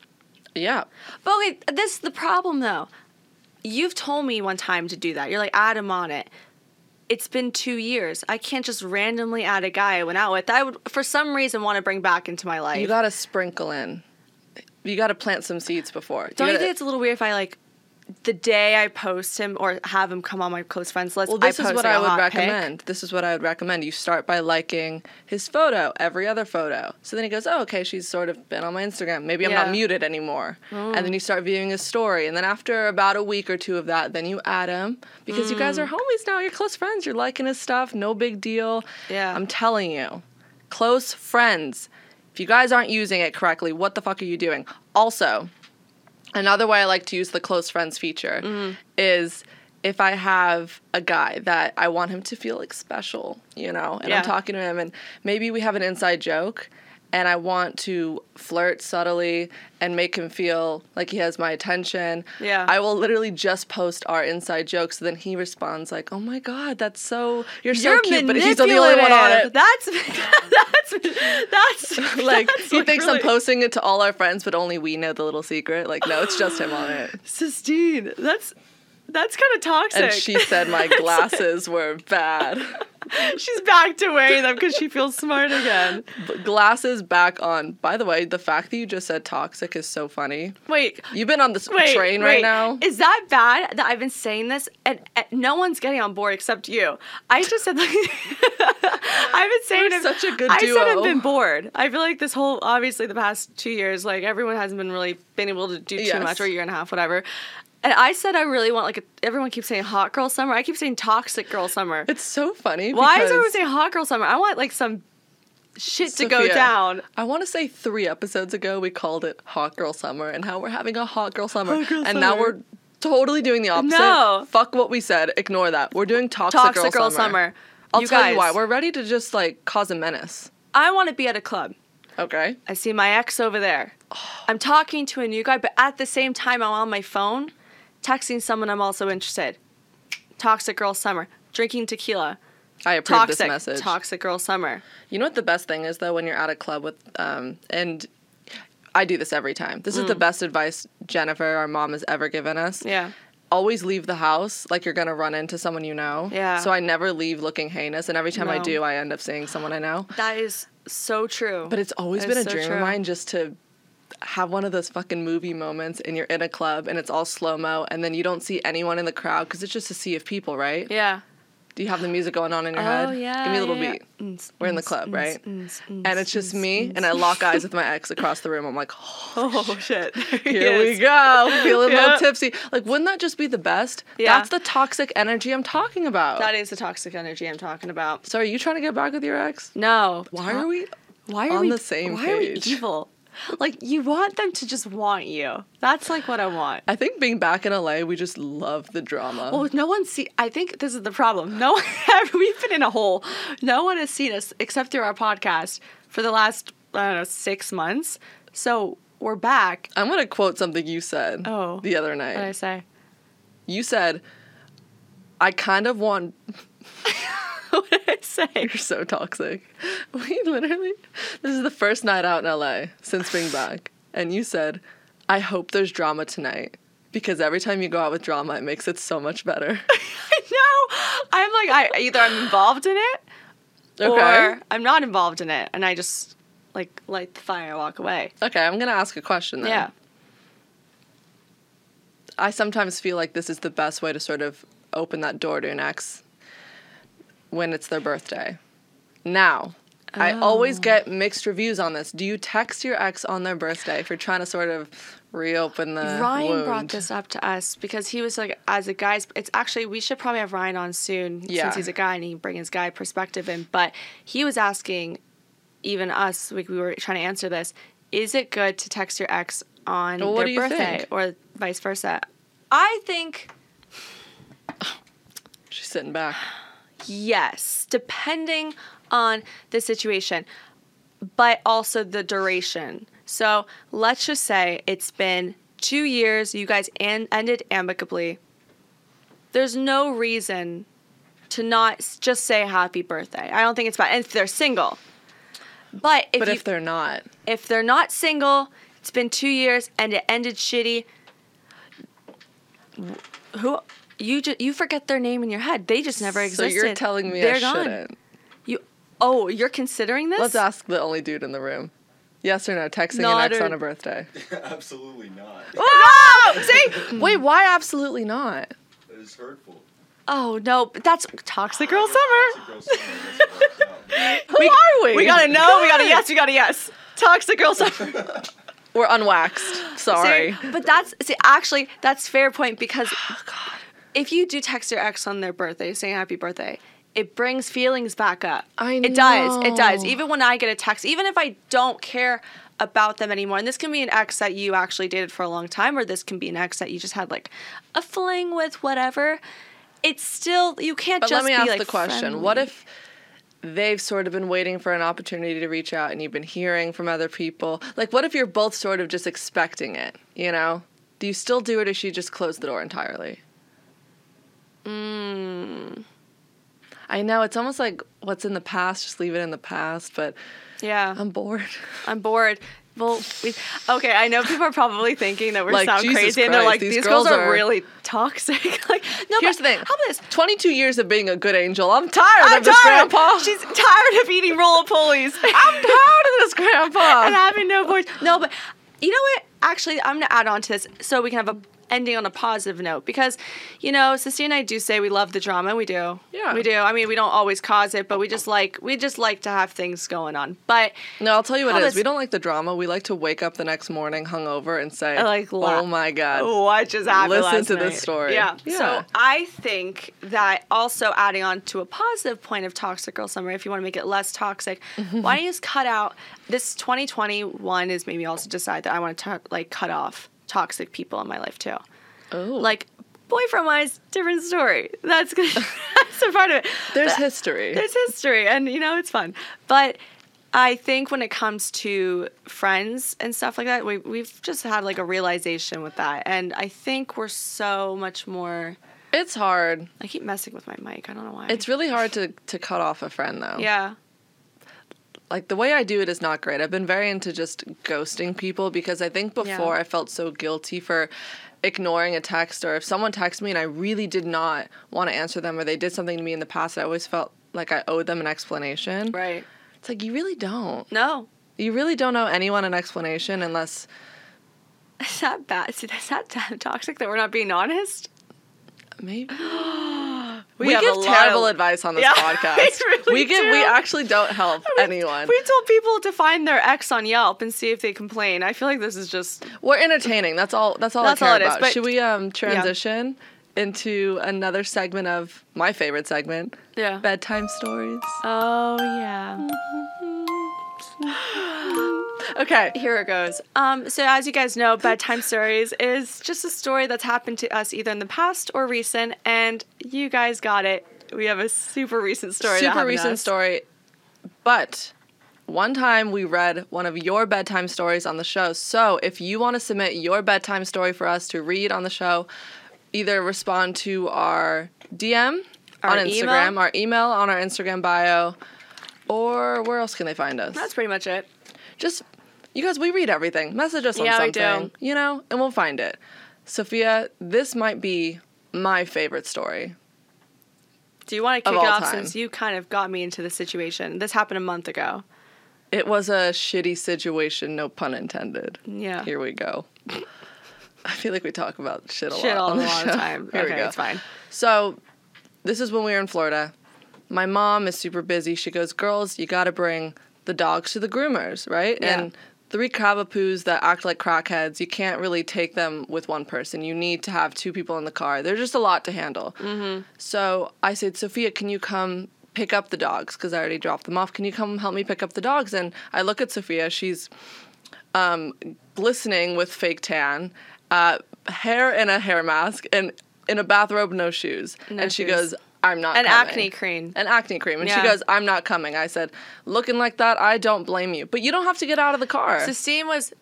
Speaker 6: Yeah.
Speaker 5: But wait, this is the problem though. You've told me one time to do that. You're like, add him on it. It's been two years. I can't just randomly add a guy I went out with. that I would, for some reason, want to bring back into my life.
Speaker 6: You got to sprinkle in. You got to plant some seeds before.
Speaker 5: Don't you
Speaker 6: gotta-
Speaker 5: think it's a little weird if I like the day I post him or have him come on my close friends list?
Speaker 6: Well, this
Speaker 5: I
Speaker 6: is
Speaker 5: post,
Speaker 6: what
Speaker 5: like,
Speaker 6: I
Speaker 5: a
Speaker 6: would
Speaker 5: hot pic?
Speaker 6: recommend. This is what I would recommend. You start by liking his photo, every other photo. So then he goes, oh, okay, she's sort of been on my Instagram. Maybe I'm
Speaker 5: Yeah. Mm.
Speaker 6: not muted anymore. And then you start viewing his story. And then after about a week or two of that, then you add him because you
Speaker 5: Mm.
Speaker 6: guys are homies now. You're close friends. You're liking his stuff. No big deal.
Speaker 5: Yeah.
Speaker 6: I'm telling you, close friends. If you guys aren't using it correctly, what the fuck are you doing? Also, another way I like to use the close friends feature
Speaker 5: Mm-hmm.
Speaker 6: is if I have a guy that I want him to feel like special, you know, and
Speaker 5: Yeah.
Speaker 6: I'm talking to him, and maybe we have an inside joke, and I want to flirt subtly and make him feel like he has my attention.
Speaker 5: Yeah.
Speaker 6: I will literally just post our inside joke, so then he responds like, "Oh my god, that's so you're so
Speaker 5: You're
Speaker 6: cute," but he's the only one on
Speaker 5: manipulative.
Speaker 6: it.
Speaker 5: That's (laughs) that's that's
Speaker 6: (laughs) like
Speaker 5: that's,
Speaker 6: he thinks
Speaker 5: really-
Speaker 6: I'm posting it to all our friends, but only we know the little secret. Like, no, it's just him
Speaker 5: (gasps)
Speaker 6: on it.
Speaker 5: Sistine. That's that's kind of toxic.
Speaker 6: And she said my glasses were bad.
Speaker 5: (laughs) she's back to wearing them because she feels smart
Speaker 6: (laughs)
Speaker 5: again.
Speaker 6: But glasses back on. By the way, the fact that you just said toxic is so funny.
Speaker 5: Wait.
Speaker 6: You've been on this
Speaker 5: Wait,
Speaker 6: train
Speaker 5: wait.
Speaker 6: right now.
Speaker 5: Is that bad that I've been saying this and, and no one's getting on board except you? I just said (laughs) like I've been saying
Speaker 6: We're
Speaker 5: I've-
Speaker 6: such a good
Speaker 5: I said
Speaker 6: duo.
Speaker 5: I've been bored. I feel like this whole obviously the past two years, like everyone hasn't been really been able to do
Speaker 6: Yes.
Speaker 5: too much or a year and a half, whatever. And I said I really want like a, everyone keeps saying hot girl summer. I keep saying toxic girl summer.
Speaker 6: it's so funny.
Speaker 5: Why is
Speaker 6: because
Speaker 5: everyone saying hot girl summer? I want like some shit to
Speaker 6: Sophia,
Speaker 5: go down.
Speaker 6: I want to say three episodes ago we called it Hot Girl Summer and how we're having a Hot Girl Summer,
Speaker 5: Girl
Speaker 6: and now
Speaker 5: Summer.
Speaker 6: we're totally doing the opposite.
Speaker 5: No.
Speaker 6: fuck what we said. Ignore that. We're doing Toxic,
Speaker 5: Toxic
Speaker 6: Girl,
Speaker 5: Girl
Speaker 6: Summer.
Speaker 5: Summer.
Speaker 6: I'll
Speaker 5: You
Speaker 6: tell
Speaker 5: guys.
Speaker 6: you why. We're ready to just like cause a menace.
Speaker 5: I want to be at a club.
Speaker 6: Okay.
Speaker 5: I see my ex over there. I'm talking to a new guy, but at the same time, I'm on my phone texting someone I'm also interested. Toxic girl summer, drinking tequila.
Speaker 6: I approve
Speaker 5: Toxic,
Speaker 6: this message.
Speaker 5: toxic girl summer.
Speaker 6: You know what the best thing is though when you're at a club with um and I do this every time. This is the best advice Jennifer, our mom, has ever given us.
Speaker 5: Mm. Yeah.
Speaker 6: Always leave the house like you're gonna run into someone you know.
Speaker 5: Yeah.
Speaker 6: So I never leave looking heinous, and every time I
Speaker 5: No.
Speaker 6: do, I end up seeing someone I know.
Speaker 5: That is so true.
Speaker 6: But it's always
Speaker 5: That
Speaker 6: been a
Speaker 5: is so
Speaker 6: dream of
Speaker 5: true.
Speaker 6: mine just to have one of those fucking movie moments, and you're in a club, and it's all slow mo, and then you don't see anyone in the crowd because it's just a sea of people, right?
Speaker 5: Yeah.
Speaker 6: Do you have the music going on in your
Speaker 5: Oh,
Speaker 6: head?
Speaker 5: yeah,
Speaker 6: Give me a little
Speaker 5: yeah,
Speaker 6: beat.
Speaker 5: yeah. Mm,
Speaker 6: We're in the club,
Speaker 5: mm,
Speaker 6: right?
Speaker 5: mm, mm,
Speaker 6: and it's just me, and I lock eyes with my ex across the room. I'm like,
Speaker 5: (laughs) Oh shit.
Speaker 6: (laughs) here we go, feeling
Speaker 5: (laughs)
Speaker 6: a
Speaker 5: Yeah.
Speaker 6: little tipsy. Like, wouldn't that just be the best?
Speaker 5: Yeah.
Speaker 6: That's the toxic energy I'm talking about.
Speaker 5: That is the toxic energy I'm talking about.
Speaker 6: so, are you trying to get back with your ex?
Speaker 5: No.
Speaker 6: Why are we?
Speaker 5: Why are
Speaker 6: on
Speaker 5: we
Speaker 6: the same
Speaker 5: Why
Speaker 6: page?
Speaker 5: are we evil? Like you want them to just want you. That's like what I want.
Speaker 6: I think being back in LA, we just love the drama.
Speaker 5: Well, Oh, no one see. I think this is the problem. No, one, (laughs) we've been in a hole. No one has seen us except through our podcast for the last I don't know six months. So we're back.
Speaker 6: I'm gonna quote something you said
Speaker 5: Oh.
Speaker 6: the other
Speaker 5: What did I
Speaker 6: night.
Speaker 5: say? (laughs)
Speaker 6: You said, "I kind of want."
Speaker 5: What did I say? (laughs)
Speaker 6: You're (laughs) so toxic. We literally. This is the first night out in LA since being back, and you said, "I hope there's drama tonight." Because every time you go out with drama, it makes it so much better. (laughs)
Speaker 5: No, I'm like I either I'm involved in it or I'm not involved in it, and I just like light the fire and walk away.
Speaker 6: Okay, I'm gonna ask a question then.
Speaker 5: Yeah.
Speaker 6: I sometimes feel like this is the best way to sort of open that door to an ex when it's their birthday. Now, I
Speaker 5: Oh.
Speaker 6: always get mixed reviews on this. Do you text your ex on their birthday if you're trying to sort of reopen the
Speaker 5: Ryan brought
Speaker 6: wound?
Speaker 5: this up to us because he was like, as a guy's, it's actually, we should probably have Ryan on soon
Speaker 6: Yeah.
Speaker 5: since he's a guy and he can bring his guy perspective in. But he was asking, even us, like we were trying to answer this, is it good to text your ex on
Speaker 6: Well, what
Speaker 5: their
Speaker 6: do you
Speaker 5: birthday
Speaker 6: think?
Speaker 5: or vice versa? I think
Speaker 6: She's sitting back.
Speaker 5: yes, depending on the situation, but also the duration. So let's just say it's been two years, you guys an- ended amicably. There's no reason to not s- just say happy birthday. I don't think it's bad. And if they're single. But if,
Speaker 6: But
Speaker 5: you,
Speaker 6: if they're not,
Speaker 5: if they're not single, it's been two years and it ended shitty. Who you just you forget their name in your head? They just never
Speaker 6: so
Speaker 5: existed.
Speaker 6: you're telling me I
Speaker 5: They're gone.
Speaker 6: shouldn't.
Speaker 5: You oh, you're considering this?
Speaker 6: Let's ask the only dude in the room. Yes or no? Texting an
Speaker 5: Not
Speaker 6: ex
Speaker 5: or-
Speaker 6: on a birthday.
Speaker 7: Absolutely not.
Speaker 6: (laughs)
Speaker 5: No, see?
Speaker 6: Wait, why absolutely not?
Speaker 7: It is hurtful.
Speaker 5: Oh no, but that's toxic girl (laughs) summer.
Speaker 7: Girl summer doesn't work out.
Speaker 6: Who are we?
Speaker 5: We got a no, we
Speaker 6: (laughs)
Speaker 5: got a yes, we got a yes. Toxic girl summer.
Speaker 6: We're unwaxed. Sorry. Oh,
Speaker 5: See, But that's see, actually that's fair point because if you do text your ex on their birthday saying happy birthday, it brings feelings back up.
Speaker 6: I
Speaker 5: It does. It does.
Speaker 6: know.
Speaker 5: Even when I get a text, even if I don't care about them anymore, and this can be an ex that you actually dated for a long time, or this can be an ex that you just had like a fling with, whatever. It's still you can't
Speaker 6: But
Speaker 5: just
Speaker 6: let me
Speaker 5: be,
Speaker 6: ask
Speaker 5: like,
Speaker 6: the question:
Speaker 5: friendly.
Speaker 6: What if they've sort of been waiting for an opportunity to reach out, and you've been hearing from other people? Like, what if you're both sort of just expecting it? You know, do you still do it, or she just closed the door entirely? Mm. Hmm. I know it's almost like what's in the past, just leave it in the past. But
Speaker 5: Yeah,
Speaker 6: I'm bored.
Speaker 5: I'm bored. Well, we, okay, I know people are probably thinking that we're
Speaker 6: Like,
Speaker 5: sound
Speaker 6: Jesus
Speaker 5: crazy, and they're
Speaker 6: Christ,
Speaker 5: like,
Speaker 6: these
Speaker 5: these, girls,
Speaker 6: girls
Speaker 5: are,
Speaker 6: are-
Speaker 5: really toxic. (laughs) like, no,
Speaker 6: Here's
Speaker 5: but
Speaker 6: the thing:
Speaker 5: How about this?
Speaker 6: 22 years of being a good angel. I'm tired
Speaker 5: I'm
Speaker 6: of this,
Speaker 5: tired.
Speaker 6: Grandpa.
Speaker 5: She's tired of eating roll pulleys.
Speaker 6: (laughs) I'm
Speaker 5: (laughs)
Speaker 6: tired of this, Grandpa.
Speaker 5: and having no boys. No, but you know what? Actually, I'm gonna add on to this so we can have a ending on a positive note because, you know, Sistine and I do say we love the drama. We do.
Speaker 6: Yeah.
Speaker 5: We do. I mean, we don't always cause it, but we just like we just like to have things going on. But
Speaker 6: No, I'll tell you what
Speaker 5: How
Speaker 6: it is.
Speaker 5: does-
Speaker 6: We don't like the drama. We like to wake up the next morning hungover and say,
Speaker 5: I like la-
Speaker 6: "Oh my god."
Speaker 5: (laughs) what just happened?
Speaker 6: Listen
Speaker 5: last
Speaker 6: to this
Speaker 5: night.
Speaker 6: story.
Speaker 5: Yeah.
Speaker 6: Yeah.
Speaker 5: So I think that also adding on to a positive point of toxic girl summer, if you want to make it less toxic,
Speaker 6: Mm-hmm.
Speaker 5: why don't you just cut out this 2021 is maybe also decide that I want to like cut off toxic people in my life too.
Speaker 6: Oh.
Speaker 5: Like boyfriend wise, different story. That's (laughs) gonna that's a part of it.
Speaker 6: There's
Speaker 5: But-
Speaker 6: history.
Speaker 5: there's history, and you know it's fun. But I think when it comes to friends and stuff like that, we we've just had like a realization with that, and I think we're so much more.
Speaker 6: it's hard.
Speaker 5: I keep messing with my mic. I don't know why.
Speaker 6: It's really hard to to cut off a friend though.
Speaker 5: yeah.
Speaker 6: Like the way I do it is not great. I've been very into just ghosting people because I think before I felt so guilty for ignoring a text or if someone texted me and I really did not want to answer them or they did something to me in the past, I always felt like I owed them an explanation.
Speaker 5: Right.
Speaker 6: It's like you really don't.
Speaker 5: No, (laughs)
Speaker 6: You really don't owe anyone an explanation unless
Speaker 5: it's not bad. See, that's not (laughs) t- toxic that we're not being honest.
Speaker 6: maybe
Speaker 5: We
Speaker 6: we,
Speaker 5: have a
Speaker 6: give
Speaker 5: lot
Speaker 6: terrible
Speaker 5: of-
Speaker 6: advice on this (laughs)
Speaker 5: Yeah,
Speaker 6: podcast.
Speaker 5: we really
Speaker 6: we give we
Speaker 5: do.
Speaker 6: actually don't (laughs) help anyone.
Speaker 5: We told people to find their ex on Yelp and see if they complain. I feel like this is just
Speaker 6: We're entertaining. That's all. That's all
Speaker 5: That's
Speaker 6: I
Speaker 5: all
Speaker 6: care
Speaker 5: it is,
Speaker 6: about.
Speaker 5: but-
Speaker 6: Should we um, transition into another segment of my favorite segment,
Speaker 5: yeah.
Speaker 6: bedtime stories?
Speaker 5: Oh yeah.
Speaker 6: Okay.
Speaker 5: Here it goes. Um, so, as you guys know, bedtime stories is just a story that's happened to us either in the past or recent, and you guys got it. We have a super recent story. that
Speaker 6: Super
Speaker 5: happened to
Speaker 6: recent
Speaker 5: us.
Speaker 6: story, but one time we read one of your bedtime stories on the show. So if you want to submit your bedtime story for us to read on the show, either respond to our DM
Speaker 5: Our
Speaker 6: on Instagram,
Speaker 5: email.
Speaker 6: our email on our Instagram bio, or where else can they find us?
Speaker 5: That's pretty much it.
Speaker 6: just you guys we read everything message us on
Speaker 5: Yeah, we do.
Speaker 6: something you know and we'll find it sophia this might be my favorite story
Speaker 5: Do you want to
Speaker 6: Of
Speaker 5: kick it
Speaker 6: all
Speaker 5: off
Speaker 6: time.
Speaker 5: since you kind of got me into the situation? This happened a month ago.
Speaker 6: it was a shitty situation no pun intended
Speaker 5: Yeah.
Speaker 6: here we go (laughs) i feel like we talk about shit a
Speaker 5: Shit
Speaker 6: lot
Speaker 5: all
Speaker 6: on
Speaker 5: the (laughs)
Speaker 6: the
Speaker 5: long
Speaker 6: show.
Speaker 5: time.
Speaker 6: here
Speaker 5: okay,
Speaker 6: we go
Speaker 5: it's fine.
Speaker 6: So, this is when we were in Florida. My mom is super busy. She goes, Girls, you got to bring the dogs to the groomers, right?
Speaker 5: Yeah.
Speaker 6: And three cavapoos that act like crackheads, you can't really take them with one person. You need to have two people in the car. They're just a lot to handle. Mm-hmm. So, I said, Sophia, can you come? Pick up the dogs because I already dropped them off. Can you come help me pick up the dogs? And I look at Sophia. She's um, glistening with fake tan, uh, hair in a hair mask, and in a bathrobe, no shoes. and she
Speaker 5: shoes.
Speaker 6: goes, I'm not
Speaker 5: An
Speaker 6: coming.
Speaker 5: acne cream.
Speaker 6: An acne cream. And
Speaker 5: Yeah.
Speaker 6: she goes, I'm not coming. I said, looking like that, I don't blame you. But you don't have to get out of the car.
Speaker 5: Sistine was,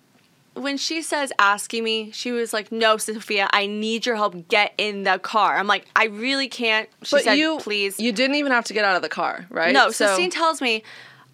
Speaker 5: when she says asking me, she was like, "No, Sophia, I need your help. Get in the car." I'm like, "I really can't." She
Speaker 6: but
Speaker 5: said,
Speaker 6: you,
Speaker 5: "Please."
Speaker 6: you didn't even have to get out of the car, right?
Speaker 5: No, Sistine tells me,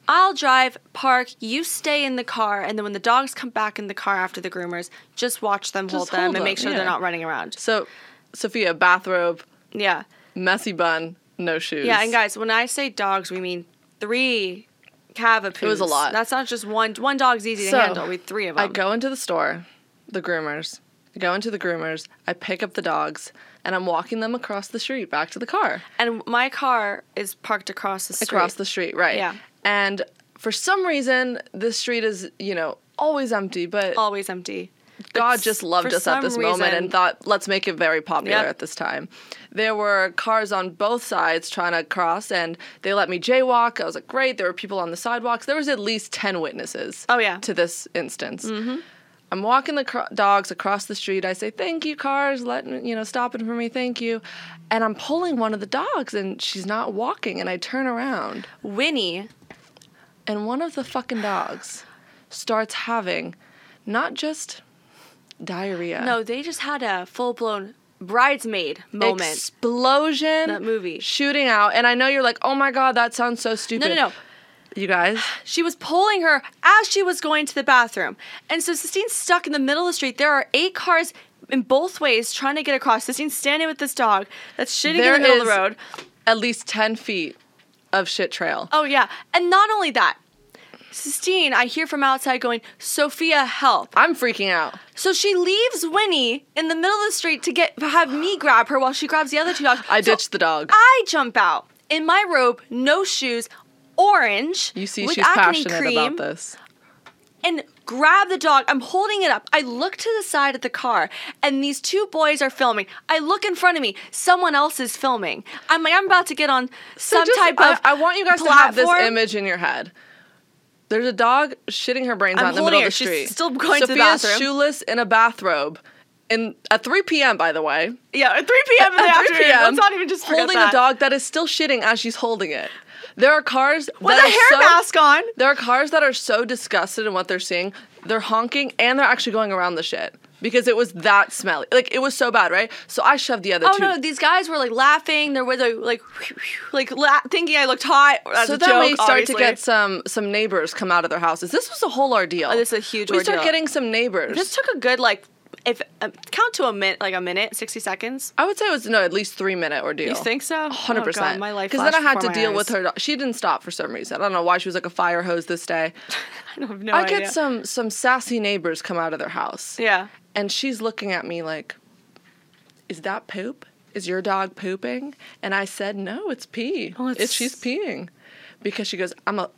Speaker 5: I'll drive, park, you stay in the car, and then when the dogs come back in the car after the groomers, just watch them, hold
Speaker 6: Just
Speaker 5: them,
Speaker 6: hold
Speaker 5: and make
Speaker 6: them,
Speaker 5: sure they're
Speaker 6: yeah.
Speaker 5: not running around.
Speaker 6: so, Sophia, bathrobe,
Speaker 5: Yeah.
Speaker 6: messy bun, no shoes.
Speaker 5: Yeah, and guys, when I say dogs, we mean three cavapoos. It
Speaker 6: was a lot.
Speaker 5: That's not just one. One dog's easy
Speaker 6: So,
Speaker 5: to handle. We had three of them.
Speaker 6: I go into the store, the groomers. I go into the groomers. I pick up the dogs, and I'm walking them across the street back to the car.
Speaker 5: And my car is parked across the street.
Speaker 6: across the street, right?
Speaker 5: Yeah.
Speaker 6: And for some reason, this street is you know always empty, but
Speaker 5: Always empty.
Speaker 6: God just loved
Speaker 5: for
Speaker 6: us at
Speaker 5: some
Speaker 6: this moment
Speaker 5: reason-
Speaker 6: and thought, let's make it very popular
Speaker 5: Yep.
Speaker 6: at this time. There were cars on both sides trying to cross, and they let me jaywalk. I was like, great. There were people on the sidewalks. There was at least ten witnesses.
Speaker 5: Oh, yeah. Mm-hmm.
Speaker 6: To this instance. I'm walking the cro- dogs across the street. I say, "Thank you, cars, letting you know, stopping for me. Thank you." And I'm pulling one of the dogs, and she's not walking. And I turn around,
Speaker 5: Winnie.
Speaker 6: and one of the fucking dogs starts having not just diarrhea.
Speaker 5: No, they just had a full blown bridesmaid moment.
Speaker 6: Explosion.
Speaker 5: That movie.
Speaker 6: Shooting out. And I know you're like, oh my God, that sounds so
Speaker 5: no,
Speaker 6: stupid.
Speaker 5: no, no.
Speaker 6: You guys,
Speaker 5: She was pulling her as she was going to the bathroom. And so Sistine's stuck in the middle of the street. There are eight cars in both ways trying to get across. Sistine's standing with this dog that's shitting
Speaker 6: There
Speaker 5: in the middle of the
Speaker 6: is-
Speaker 5: road.
Speaker 6: at least 10 feet of shit trail.
Speaker 5: Oh, yeah. And not only that, Sistine, I hear from outside going, Sophia, help.
Speaker 6: I'm freaking out.
Speaker 5: So she leaves Winnie in the middle of the street to get have me grab her while she grabs the other two dogs.
Speaker 6: I
Speaker 5: So
Speaker 6: ditched the dog.
Speaker 5: I jump out in my robe, no shoes, orange.
Speaker 6: you see,
Speaker 5: with
Speaker 6: she's
Speaker 5: acne
Speaker 6: passionate
Speaker 5: cream,
Speaker 6: about this.
Speaker 5: And grab the dog. I'm holding it up. I look to the side of the car, and these two boys are filming. I look in front of me. Someone else is filming. I'm like, I'm about to get on some
Speaker 6: just-
Speaker 5: type
Speaker 6: I-
Speaker 5: of.
Speaker 6: I, want you guys to have this
Speaker 5: platform.
Speaker 6: image in your head. There's a dog shitting her brains
Speaker 5: I'm
Speaker 6: out in the middle
Speaker 5: holding her.
Speaker 6: of the
Speaker 5: She's
Speaker 6: street.
Speaker 5: still going to the
Speaker 6: Sophia's
Speaker 5: bathroom.
Speaker 6: shoeless in a bathrobe, in at 3 p.m. By the way,
Speaker 5: Yeah, (laughs) at 3 p.m. in the
Speaker 6: At
Speaker 5: afternoon. Let's not even just forget
Speaker 6: holding
Speaker 5: that.
Speaker 6: a dog that is still shitting as she's holding it. There are cars
Speaker 5: with a
Speaker 6: that are
Speaker 5: hair
Speaker 6: so-
Speaker 5: mask on.
Speaker 6: There are cars that are so disgusted in what they're seeing, they're honking and they're actually going around the shit because it was that smelly. Like it was so bad, right? So I shoved the other
Speaker 5: Oh
Speaker 6: two.
Speaker 5: no, these guys were like laughing. They're with like (laughs) like, like la- thinking I looked hot. As
Speaker 6: so
Speaker 5: a
Speaker 6: then
Speaker 5: joke,
Speaker 6: we start
Speaker 5: obviously.
Speaker 6: to get some some neighbors come out of their houses. This was a whole ordeal.
Speaker 5: Oh, this is a huge
Speaker 6: We start
Speaker 5: ordeal.
Speaker 6: getting some neighbors.
Speaker 5: This took a good like if uh, count to a minute, like a minute, sixty seconds.
Speaker 6: I would say it was no at least three minute ordeal.
Speaker 5: You think so?
Speaker 6: Hundred
Speaker 5: Oh,
Speaker 6: percent.
Speaker 5: God, my life.
Speaker 6: Because then I
Speaker 5: flashed
Speaker 6: had to
Speaker 5: before my
Speaker 6: deal with
Speaker 5: eyes.
Speaker 6: her. do- She didn't stop for some reason. I don't know why. She was like a fire hose this day.
Speaker 5: I don't have no
Speaker 6: (laughs) I
Speaker 5: idea.
Speaker 6: get some some sassy neighbors come out of their house.
Speaker 5: Yeah.
Speaker 6: And she's looking at me like, Is that poop? Is your dog pooping? And I said, No, it's pee.
Speaker 5: Well,
Speaker 6: it's,
Speaker 5: Oh, it's-
Speaker 6: she's peeing. Because she goes, I'm a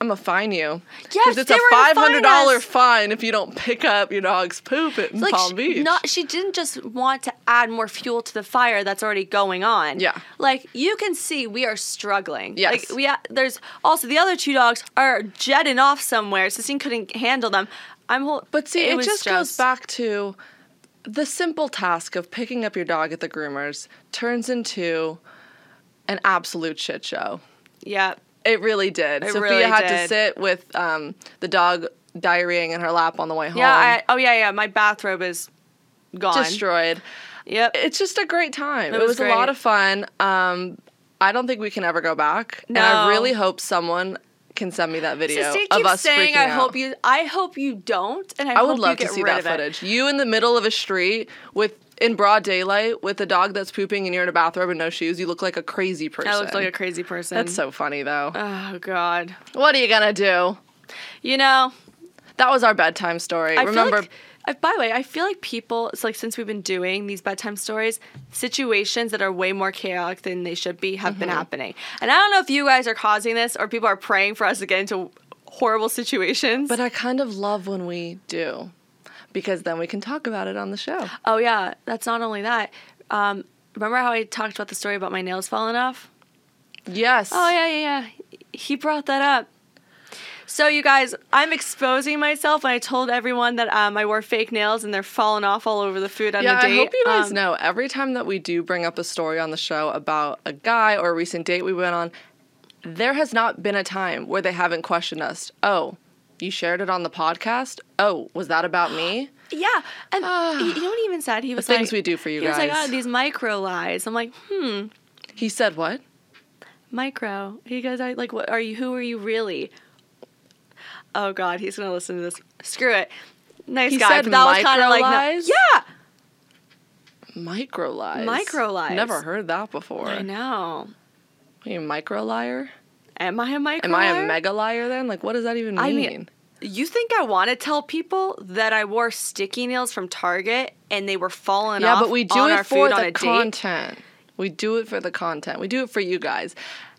Speaker 6: I'm gonna fine you.
Speaker 5: Yes,
Speaker 6: it's
Speaker 5: they
Speaker 6: a
Speaker 5: were gonna
Speaker 6: five
Speaker 5: fine
Speaker 6: hundred dollar
Speaker 5: us.
Speaker 6: fine if you don't pick up your dog's poop in
Speaker 5: Like
Speaker 6: Palm
Speaker 5: she,
Speaker 6: Beach.
Speaker 5: not she didn't just want to add more fuel to the fire that's already going on.
Speaker 6: Yeah.
Speaker 5: Like you can see we are struggling.
Speaker 6: Yes.
Speaker 5: Like we ha- there's also the other two dogs are jetting off somewhere. Sistine couldn't handle them. I'm whole,
Speaker 6: But see, it,
Speaker 5: was
Speaker 6: just goes
Speaker 5: just-
Speaker 6: back to the simple task of picking up your dog at the groomers turns into an absolute shit show.
Speaker 5: Yeah.
Speaker 6: It really did.
Speaker 5: It
Speaker 6: Sophia
Speaker 5: really
Speaker 6: had to
Speaker 5: did.
Speaker 6: sit with um, the dog diarrheaing in her lap on the way home.
Speaker 5: Yeah. I, oh yeah, yeah. My bathrobe is gone.
Speaker 6: destroyed.
Speaker 5: Yep.
Speaker 6: It's just a great time.
Speaker 5: It
Speaker 6: It,
Speaker 5: was
Speaker 6: was, a lot
Speaker 5: great.
Speaker 6: of fun. Um, I don't think we can ever go back. And
Speaker 5: No.
Speaker 6: I really hope someone can send me that video
Speaker 5: Sistine
Speaker 6: of
Speaker 5: keeps
Speaker 6: us
Speaker 5: saying,
Speaker 6: freaking
Speaker 5: "I
Speaker 6: out.
Speaker 5: hope you, I hope you don't," and I,
Speaker 6: I
Speaker 5: hope
Speaker 6: would
Speaker 5: you
Speaker 6: love
Speaker 5: get
Speaker 6: to see
Speaker 5: rid
Speaker 6: that
Speaker 5: of it.
Speaker 6: footage. You in the middle of a street with in broad daylight with a dog that's pooping and you're in a bathrobe and no shoes. You look like a crazy person.
Speaker 5: I looked like a crazy person.
Speaker 6: That's so funny though.
Speaker 5: Oh God.
Speaker 6: what are you gonna do?
Speaker 5: You know,
Speaker 6: That was our bedtime story.
Speaker 5: I
Speaker 6: Remember,
Speaker 5: Feel like, I, by the way, I feel like people. It's like since we've been doing these bedtime stories, situations that are way more chaotic than they should be have been
Speaker 6: Mm-hmm.
Speaker 5: happening. And I don't know if you guys are causing this or people are praying for us to get into horrible situations.
Speaker 6: but uh, I kind of love when we do, because then we can talk about it on the show.
Speaker 5: oh yeah, that's not only that. Um, remember how I talked about the story about my nails falling off?
Speaker 6: Yes.
Speaker 5: Oh yeah, yeah, yeah. He brought that up. So you guys, I'm exposing myself, and I told everyone that um, I wore fake nails, and they're falling off all over the food on
Speaker 6: Yeah,
Speaker 5: the
Speaker 6: I
Speaker 5: date.
Speaker 6: hope you guys
Speaker 5: Um,
Speaker 6: know every time that we do bring up a story on the show about a guy or a recent date we went on, there has not been a time where they haven't questioned us. Oh, you shared it on the podcast? Oh, was that
Speaker 5: (gasps)
Speaker 6: about me?
Speaker 5: Yeah,
Speaker 6: (sighs)
Speaker 5: and he, you know what he even said? He was
Speaker 6: things
Speaker 5: like,
Speaker 6: we do for you
Speaker 5: he was like,
Speaker 6: guys.
Speaker 5: "Oh, these micro lies." I'm like, hmm,
Speaker 6: He said what?
Speaker 5: micro. He goes, "I like, what are you? Who are you really?" Oh God, he's gonna listen to this. Screw it. Nice
Speaker 6: He
Speaker 5: guy.
Speaker 6: said
Speaker 5: but that was kinda like, no-
Speaker 6: micro-lies?
Speaker 5: yeah.
Speaker 6: Micro lies.
Speaker 5: Micro lies.
Speaker 6: Never heard that before.
Speaker 5: I know.
Speaker 6: Are you a micro liar?
Speaker 5: Am I a micro?
Speaker 6: Am I a
Speaker 5: liar?
Speaker 6: mega liar then? Like, what does that even mean?
Speaker 5: I mean, You think I want to tell people that I wore sticky nails from Target and they were falling
Speaker 6: yeah,
Speaker 5: off?
Speaker 6: but we do
Speaker 5: on
Speaker 6: it
Speaker 5: our
Speaker 6: for
Speaker 5: food on
Speaker 6: the
Speaker 5: a date?
Speaker 6: content. We do it for the content. We do it for you guys.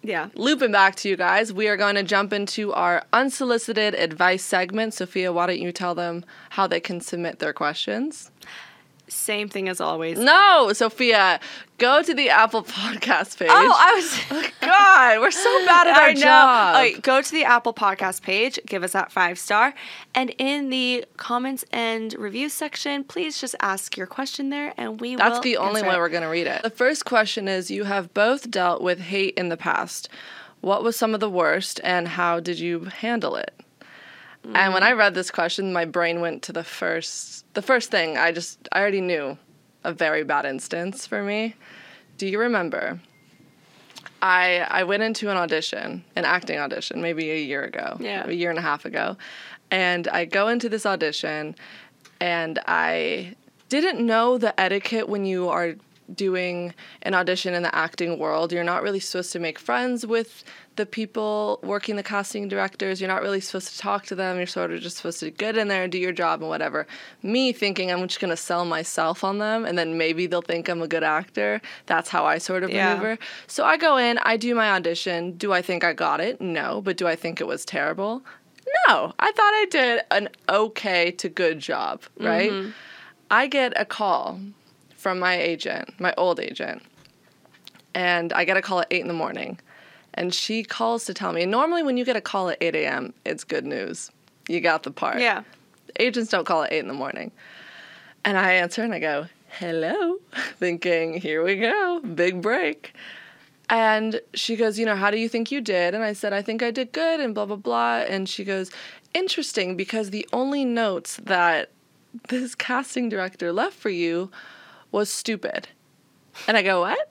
Speaker 5: Yeah.
Speaker 6: Looping back to you guys, we are going to jump into our unsolicited advice segment. Sophia, why don't you tell them how they can submit their questions?
Speaker 5: Same thing as always.
Speaker 6: No, Sophia, go to the Apple (laughs) Podcast page.
Speaker 5: Oh, I (laughs) was.
Speaker 6: (laughs) God, we're so bad at our
Speaker 5: I know.
Speaker 6: job.
Speaker 5: Okay, go to the Apple Podcast page, give us that five star, and in the comments and review section, please just ask your question there, and we
Speaker 6: That's
Speaker 5: will
Speaker 6: the only
Speaker 5: answer
Speaker 6: way
Speaker 5: it.
Speaker 6: we're going to read it. The first question is You have both dealt with hate in the past. What was some of the worst, and how did you handle it? And when I read this question, my brain went to the first the first thing I just I already knew a very bad instance for me. Do you remember? I I went into an audition, an acting audition, maybe a year ago,
Speaker 5: Yeah.
Speaker 6: a year and a half ago, and I go into this audition, and I didn't know the etiquette when you are doing an audition in the acting world, you're not really supposed to make friends with the people working the casting directors. You're not really supposed to talk to them. You're sort of just supposed to get in there and do your job and whatever. Me thinking I'm just going to sell myself on them and then maybe they'll think I'm a good actor. That's how I sort of
Speaker 5: Yeah.
Speaker 6: maneuver. So I go in, I do my audition. Do I think I got it? No. But do I think it was terrible? No. I thought I did an okay to good job, right? I get a call from my agent, my old agent, and I get a call at eight in the morning. And she calls to tell me. And normally, when you get a call at 8 a.m., it's good news. You got the part.
Speaker 5: Yeah.
Speaker 6: Agents don't call at 8 in the morning. And I answer and I go, hello, (laughs) thinking, here we go, big break. And she goes, you know, how do you think you did? And I said, I think I did good and blah, blah, blah. And she goes, interesting, because the only notes that (laughs) this casting director left for you was stupid. And I go, what?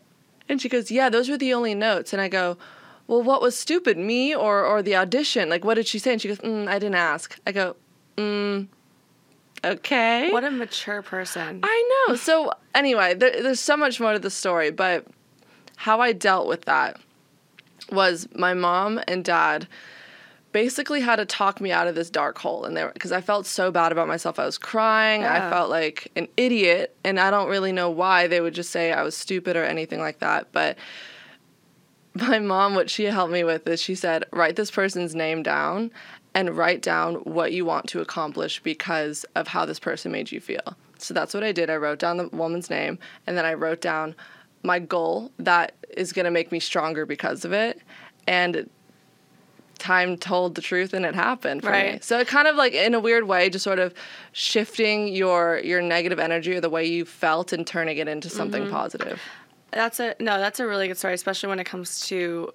Speaker 6: And she goes, yeah, those were the only notes. And I go, well, what was stupid, me or, or the audition? Like, what did she say? And she goes, mm, I didn't ask. I go, mm, okay.
Speaker 5: What a mature person.
Speaker 6: I know. So anyway, there, there's so much more to the story, but how I dealt with that was my mom and dad basically had to talk me out of this dark hole and they because I felt so bad about myself. I was crying. I
Speaker 5: Yeah.
Speaker 6: felt like an idiot, and I don't really know why they would just say I was stupid or anything like that, but my mom what she helped me with is she said write this person's name down and write down what you want to accomplish because of how this person made you feel so that's what i did i wrote down the woman's name and then i wrote down my goal that is going to make me stronger because of it and time told the truth and it happened for me
Speaker 5: Right.
Speaker 6: so it kind of like in a weird way just sort of shifting your your negative energy or the way you felt and turning it into something
Speaker 5: Mm-hmm.
Speaker 6: positive
Speaker 5: That's a no. That's a really good story, especially when it comes to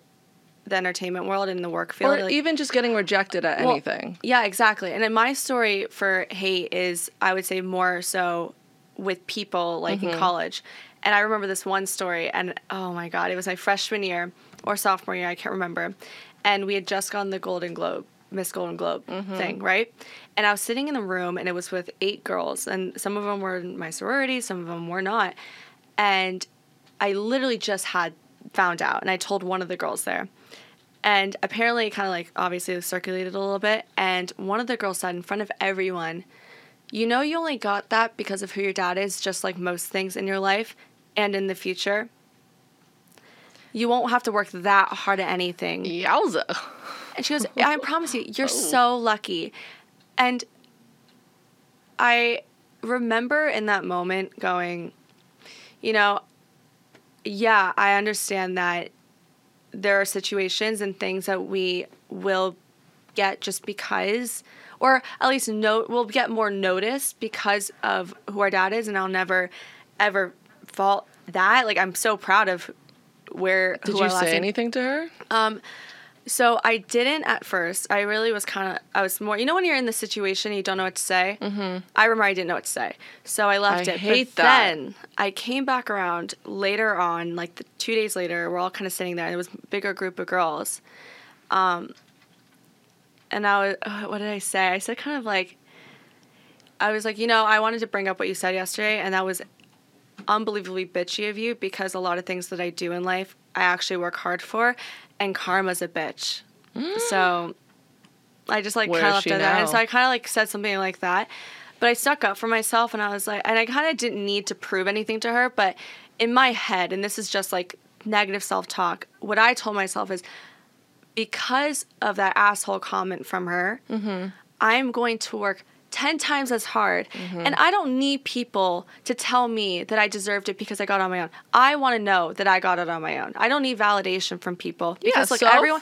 Speaker 5: the entertainment world and the work field.
Speaker 6: or
Speaker 5: Like-
Speaker 6: even just getting rejected at
Speaker 5: Well,
Speaker 6: anything
Speaker 5: Yeah, exactly. And then my story for hate is, I would say, more so with people like in college. And I remember this one story, and oh my God, it was my freshman year or sophomore year, I can't remember. And we had just gone the Golden Globe, Miss Golden Globe thing, right? And I was sitting in the room, and it was with eight girls, and some of them were in my sorority, some of them were not. And I literally just had found out, and I told one of the girls there. And apparently, kind of like obviously it circulated a little bit. And one of the girls said in front of everyone, You know, you only got that because of who your dad is, just like most things in your life and in the future. You won't have to work that hard at anything.
Speaker 6: Yowza.
Speaker 5: And
Speaker 6: (laughs)
Speaker 5: she goes, I promise you, you're
Speaker 6: Oh.
Speaker 5: so lucky. And I remember in that moment going, you know, yeah, I understand that there are situations and things that we will get just because, or at least note, we'll get more notice because of who our dad is. And I'll never, ever fault that. Like, I'm so proud of where
Speaker 6: Did
Speaker 5: who
Speaker 6: you
Speaker 5: our last
Speaker 6: say
Speaker 5: name-
Speaker 6: anything to her?
Speaker 5: Uh, so I didn't at first. I really was kind of. I was more. You know when you're in the situation and you don't know what to say. Mm-hmm. I remember I didn't know what to say, so I left
Speaker 6: I
Speaker 5: it.
Speaker 6: hate
Speaker 5: but
Speaker 6: that.
Speaker 5: then I came back around later on, like the, two days later. We're all kind of sitting there. And it was a bigger group of girls, um, and I was. oh, What did I say? I said kind of like. I was like, you know, I wanted to bring up what you said yesterday, and that was unbelievably bitchy of you because a lot of things that I do in life, I actually work hard for, and karma's a bitch. So I just like
Speaker 6: Mm. Where
Speaker 5: kind of
Speaker 6: is
Speaker 5: left
Speaker 6: she
Speaker 5: it at that. And
Speaker 6: now?
Speaker 5: so I kind of like said something like that, but I stuck up for myself, and I was like, and I kind of didn't need to prove anything to her, but in my head, and this is just like negative self talk, what I told myself is because of that asshole comment from her,
Speaker 6: Mm-hmm.
Speaker 5: I'm going to work 10 times as hard.
Speaker 6: Mm-hmm.
Speaker 5: And I don't need people to tell me that I deserved it because I got it on my own. I want to know that I got it on my own. I don't need validation from people because like
Speaker 6: self.
Speaker 5: everyone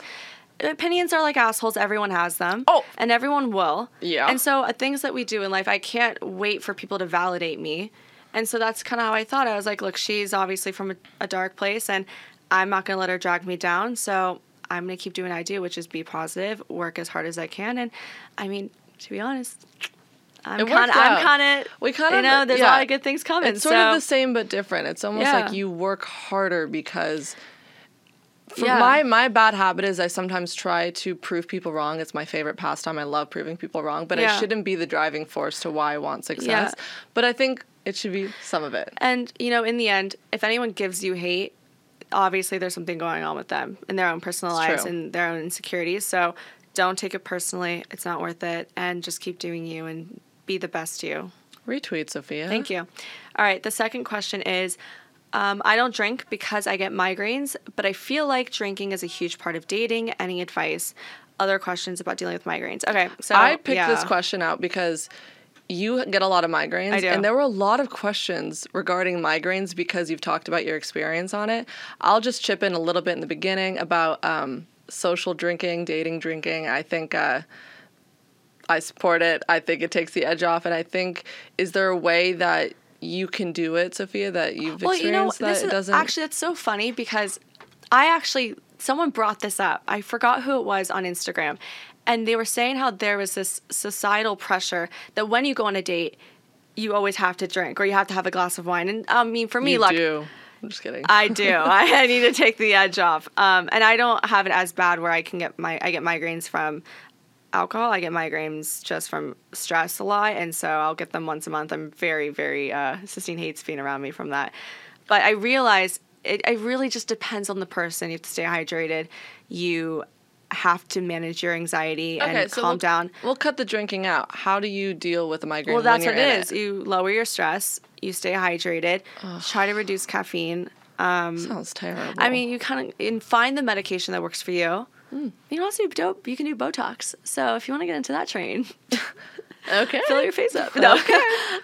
Speaker 5: opinions are like assholes, everyone has them.
Speaker 6: Oh.
Speaker 5: And everyone will.
Speaker 6: Yeah.
Speaker 5: And so uh, things that we do in life, I can't wait for people to validate me. And so that's kind of how I thought. I was like, look, she's obviously from a, a dark place and I'm not going to let her drag me down. So I'm going to keep doing what I do, which is be positive, work as hard as I can. And I mean, to be honest, I'm
Speaker 6: It
Speaker 5: kind
Speaker 6: worked
Speaker 5: of, I'm
Speaker 6: out.
Speaker 5: kind of,
Speaker 6: We kinda-
Speaker 5: you know, there's a
Speaker 6: yeah.
Speaker 5: lot of good things coming.
Speaker 6: It's sort
Speaker 5: so.
Speaker 6: of the same but different. It's almost
Speaker 5: Yeah.
Speaker 6: like you work harder because for
Speaker 5: Yeah.
Speaker 6: my my bad habit is I sometimes try to prove people wrong. It's my favorite pastime. I love proving people wrong, but
Speaker 5: Yeah.
Speaker 6: it shouldn't be the driving force to why I want success. But I think It should be some of it.
Speaker 5: And you know, in the end, if anyone gives you hate, obviously there's something going on with them in their own personal
Speaker 6: It's
Speaker 5: lives
Speaker 6: true.
Speaker 5: and their own insecurities. So don't take it personally. It's not worth it, and just keep doing you and be the best you.
Speaker 6: Retweet, Sophia.
Speaker 5: Thank you. All right. The second question is. Um, I don't drink because I get migraines, but I feel like drinking is a huge part of dating. Any advice? Other questions about dealing with migraines? Okay, so
Speaker 6: I picked
Speaker 5: Oh, yeah.
Speaker 6: this question out because you get a lot of migraines.
Speaker 5: I do.
Speaker 6: And there were a lot of questions regarding migraines because you've talked about your experience on it. I'll just chip in a little bit in the beginning about um, social drinking, dating drinking. I think. Uh, I support it. I think it takes the edge off, and I think is there a way that you can do it, Sophia? That you've
Speaker 5: Well, you know,
Speaker 6: experienced that
Speaker 5: this
Speaker 6: it
Speaker 5: is
Speaker 6: doesn't
Speaker 5: actually that's so funny because I actually someone brought this up. I forgot who it was on Instagram, and they were saying how there was this societal pressure that when you go on a date, you always have to drink or you have to have a glass of wine. And um, I mean, for me,
Speaker 6: you
Speaker 5: look,
Speaker 6: do. I'm just kidding.
Speaker 5: I do. I, I need to take the edge off. Um, and I don't have it as bad where I can get my I get migraines from alcohol. I get migraines just from stress a lot, and so I'll get them once a month. I'm very very uh, Sistine hates being around me from that. But I realize it, it really just depends on the person. You have to stay hydrated. You have to manage your anxiety and calm
Speaker 6: we'll,
Speaker 5: down.
Speaker 6: We'll cut the drinking out. How do you deal with a migraine?
Speaker 5: Well, that's
Speaker 6: when
Speaker 5: what
Speaker 6: you're in
Speaker 5: it is. You lower your stress. You stay hydrated. Try to reduce caffeine.
Speaker 6: Sounds terrible.
Speaker 5: I mean, you kind of and find the medication that works for you. You can also do dope. You can do Botox. So if you want to get into that train,
Speaker 6: okay.
Speaker 5: fill your face up. No,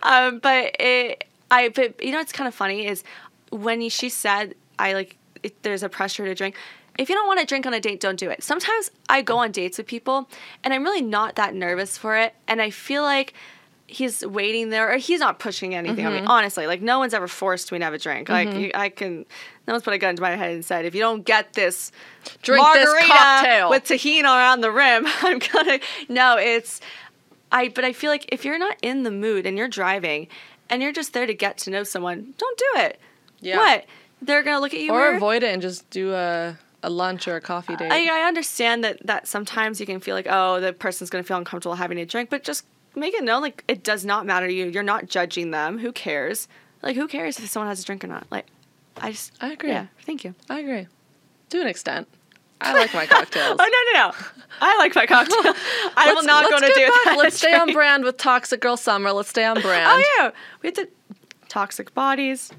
Speaker 5: um, but it, I, but you know, it's kind of funny is when she said, I like, it, there's a pressure to drink. If you don't want to drink on a date, don't do it. Sometimes I go on dates with people, and I'm really not that nervous for it, and I feel like he's waiting there or he's not pushing anything on me honestly like no one's ever forced me to have a drink like you, i can no one's put a gun to my head and said if you don't get this
Speaker 6: Drink this
Speaker 5: margarita
Speaker 6: cocktail."
Speaker 5: with tahini around the rim (laughs) i'm gonna no it's I but I feel like if you're not in the mood and you're driving and you're just there to get to know someone, don't do it.
Speaker 6: Yeah.
Speaker 5: What? They're gonna look at you
Speaker 6: or
Speaker 5: weird?
Speaker 6: avoid it and just do a, a lunch or a coffee date.
Speaker 5: I, I understand that that sometimes you can feel like oh the person's gonna feel uncomfortable having a drink, but just make it known like it does not matter to you. You're not judging them. Who cares? Like who cares if someone has a drink or not? Like I just
Speaker 6: I agree.
Speaker 5: Yeah, thank you.
Speaker 6: I agree. To an extent. I
Speaker 5: (laughs)
Speaker 6: like my cocktails.
Speaker 5: Oh no no no! (laughs) I like my
Speaker 6: (laughs)
Speaker 5: cocktail. I will
Speaker 6: Let's-
Speaker 5: not go to
Speaker 6: let's
Speaker 5: do
Speaker 6: get back-
Speaker 5: that.
Speaker 6: Let's
Speaker 5: (laughs)
Speaker 6: stay on
Speaker 5: drink.
Speaker 6: brand with Toxic Girl Summer. Let's stay on brand.
Speaker 5: (laughs) Oh yeah, we have to toxic bodies.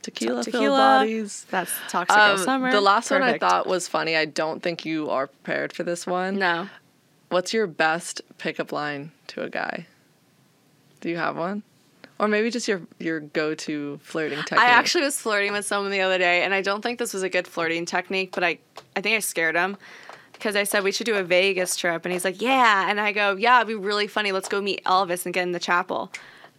Speaker 6: Tequila, filled
Speaker 5: Tequila.
Speaker 6: bodies.
Speaker 5: That's toxic
Speaker 6: Um,
Speaker 5: Girl summer.
Speaker 6: the last one I
Speaker 5: Perfect.
Speaker 6: thought was funny. I don't think you are prepared for this one.
Speaker 5: No.
Speaker 6: What's your best pickup line to a guy? Do you have one? Or maybe just your, your go to flirting technique.
Speaker 5: I actually was flirting with someone the other day, and I don't think this was a good flirting technique, but I, I think I scared him because I said we should do a Vegas trip, and he's like, "Yeah," and I go, "Yeah, it'd be really funny. Let's go meet Elvis and get in the chapel." (laughs)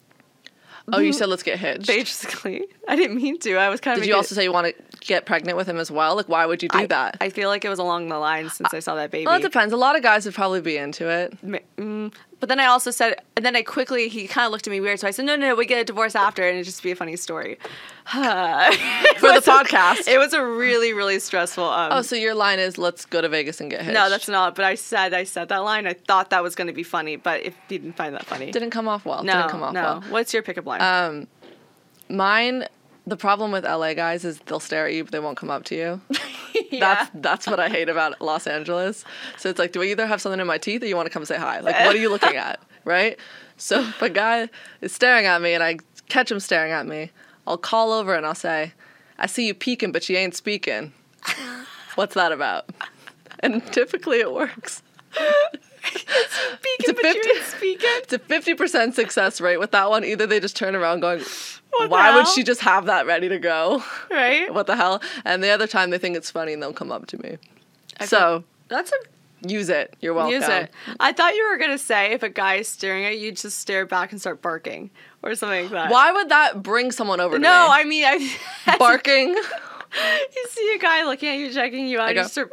Speaker 6: Oh, you said let's get hitched.
Speaker 5: Basically, I didn't mean to. I was kind of.
Speaker 6: Did you also say you want to get pregnant with him as well? Like, why would you do
Speaker 5: I,
Speaker 6: that?
Speaker 5: I feel like it was along the lines since I, saw that baby.
Speaker 6: well, it depends. A lot of guys would probably be into it.
Speaker 5: Ma- mm. But then I also said, and then I quickly, he kind of looked at me weird. So I said, no, no, no, we get a divorce after, and it'd just be a funny story. For
Speaker 6: the podcast.
Speaker 5: It was a really, really stressful. Um,
Speaker 6: Oh, so your line is let's go to Vegas and get hitched.
Speaker 5: no, that's not. But I said, I said that line. I thought that was going to be funny, but if you didn't find that funny,
Speaker 6: didn't come off well.
Speaker 5: no,
Speaker 6: didn't come off
Speaker 5: no.
Speaker 6: well.
Speaker 5: What's your pickup line?
Speaker 6: Mine. The problem with LA guys is they'll stare at you, but they won't come up
Speaker 5: (laughs)
Speaker 6: to you. That's that's what I hate about Los Angeles. So it's like, do I either have something in my teeth or you want to come say hi? Like, what are you
Speaker 5: (laughs)
Speaker 6: looking at, right? So if a guy is staring at me and I catch him staring at me, I'll call over and I'll say, "I see you peeking, but you
Speaker 5: (laughs)
Speaker 6: ain't speaking. What's that about?" And typically it works.
Speaker 5: speaking,
Speaker 6: it's a
Speaker 5: but you
Speaker 6: 50
Speaker 5: ain't (laughs) speaking.
Speaker 6: It's a fifty percent success rate with that one. Either they just turn around going,
Speaker 5: What the
Speaker 6: "Why would
Speaker 5: hell?"
Speaker 6: she just have that ready to go?"
Speaker 5: Right?
Speaker 6: what the hell? And the other time they think it's funny and they'll come up to me. so
Speaker 5: That's a
Speaker 6: use it. You're welcome.
Speaker 5: Use it. I thought you were gonna say if a guy is staring at you, just stare back and start barking or something like that.
Speaker 6: Why would that bring someone over to
Speaker 5: No,
Speaker 6: me?
Speaker 5: I (laughs) mean, I,
Speaker 6: barking.
Speaker 5: you see a guy looking at you, checking you out,
Speaker 6: I
Speaker 5: you
Speaker 6: go,
Speaker 5: just start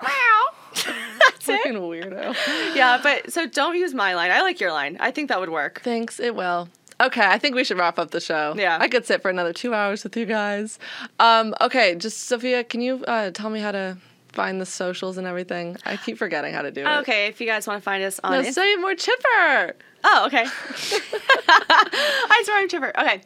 Speaker 5: meow, meow. (laughs) That's
Speaker 6: Fucking
Speaker 5: it.
Speaker 6: weirdo.
Speaker 5: Yeah, but so don't use my line. I like your line. I think that would work.
Speaker 6: Thanks, it will. Okay, I think we should wrap up the show.
Speaker 5: Yeah.
Speaker 6: I could sit for another two hours with you guys. Um, okay, just Sophia, can you uh, tell me how to find the socials and everything? I keep forgetting how to do it.
Speaker 5: Okay, if you guys want to find us on
Speaker 6: No,
Speaker 5: Instagram.
Speaker 6: say it more chipper.
Speaker 5: Oh, okay. (laughs) I swear I'm chipper. Okay.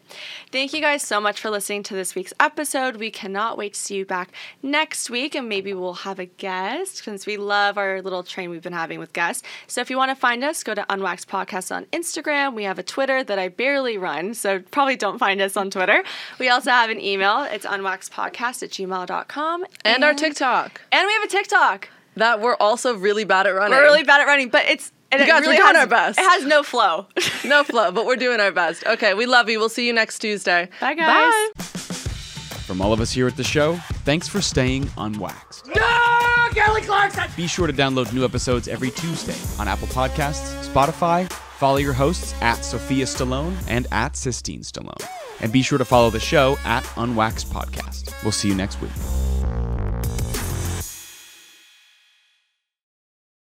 Speaker 5: Thank you guys so much for listening to this week's episode. We cannot wait to see you back next week, and maybe we'll have a guest since we love our little train we've been having with guests. So if you want to find us, go to Unwaxed Podcast on Instagram. We have a Twitter that I barely run, so probably don't find us on Twitter. We also have an email. It's unwaxedpodcast at gmail.com.
Speaker 6: And our TikTok
Speaker 5: And we have a TikTok.
Speaker 6: that we're also really bad at running.
Speaker 5: We're really bad at running, but it's. And
Speaker 6: You
Speaker 5: it
Speaker 6: guys, we're
Speaker 5: really
Speaker 6: doing
Speaker 5: has-
Speaker 6: our best.
Speaker 5: It has no
Speaker 6: (laughs)
Speaker 5: flow.
Speaker 6: no flow, but we're doing our best. Okay, we love you. We'll see you next Tuesday.
Speaker 5: Bye, guys.
Speaker 4: From all of us here at the show, thanks for staying unwaxed.
Speaker 2: No, Kelly Clarkson.
Speaker 4: Be sure to download new episodes every Tuesday on Apple Podcasts, Spotify. Follow your hosts at Sophia Stallone and at Sistine Stallone. And be sure to follow the show at Unwaxed Podcast. We'll see you next week.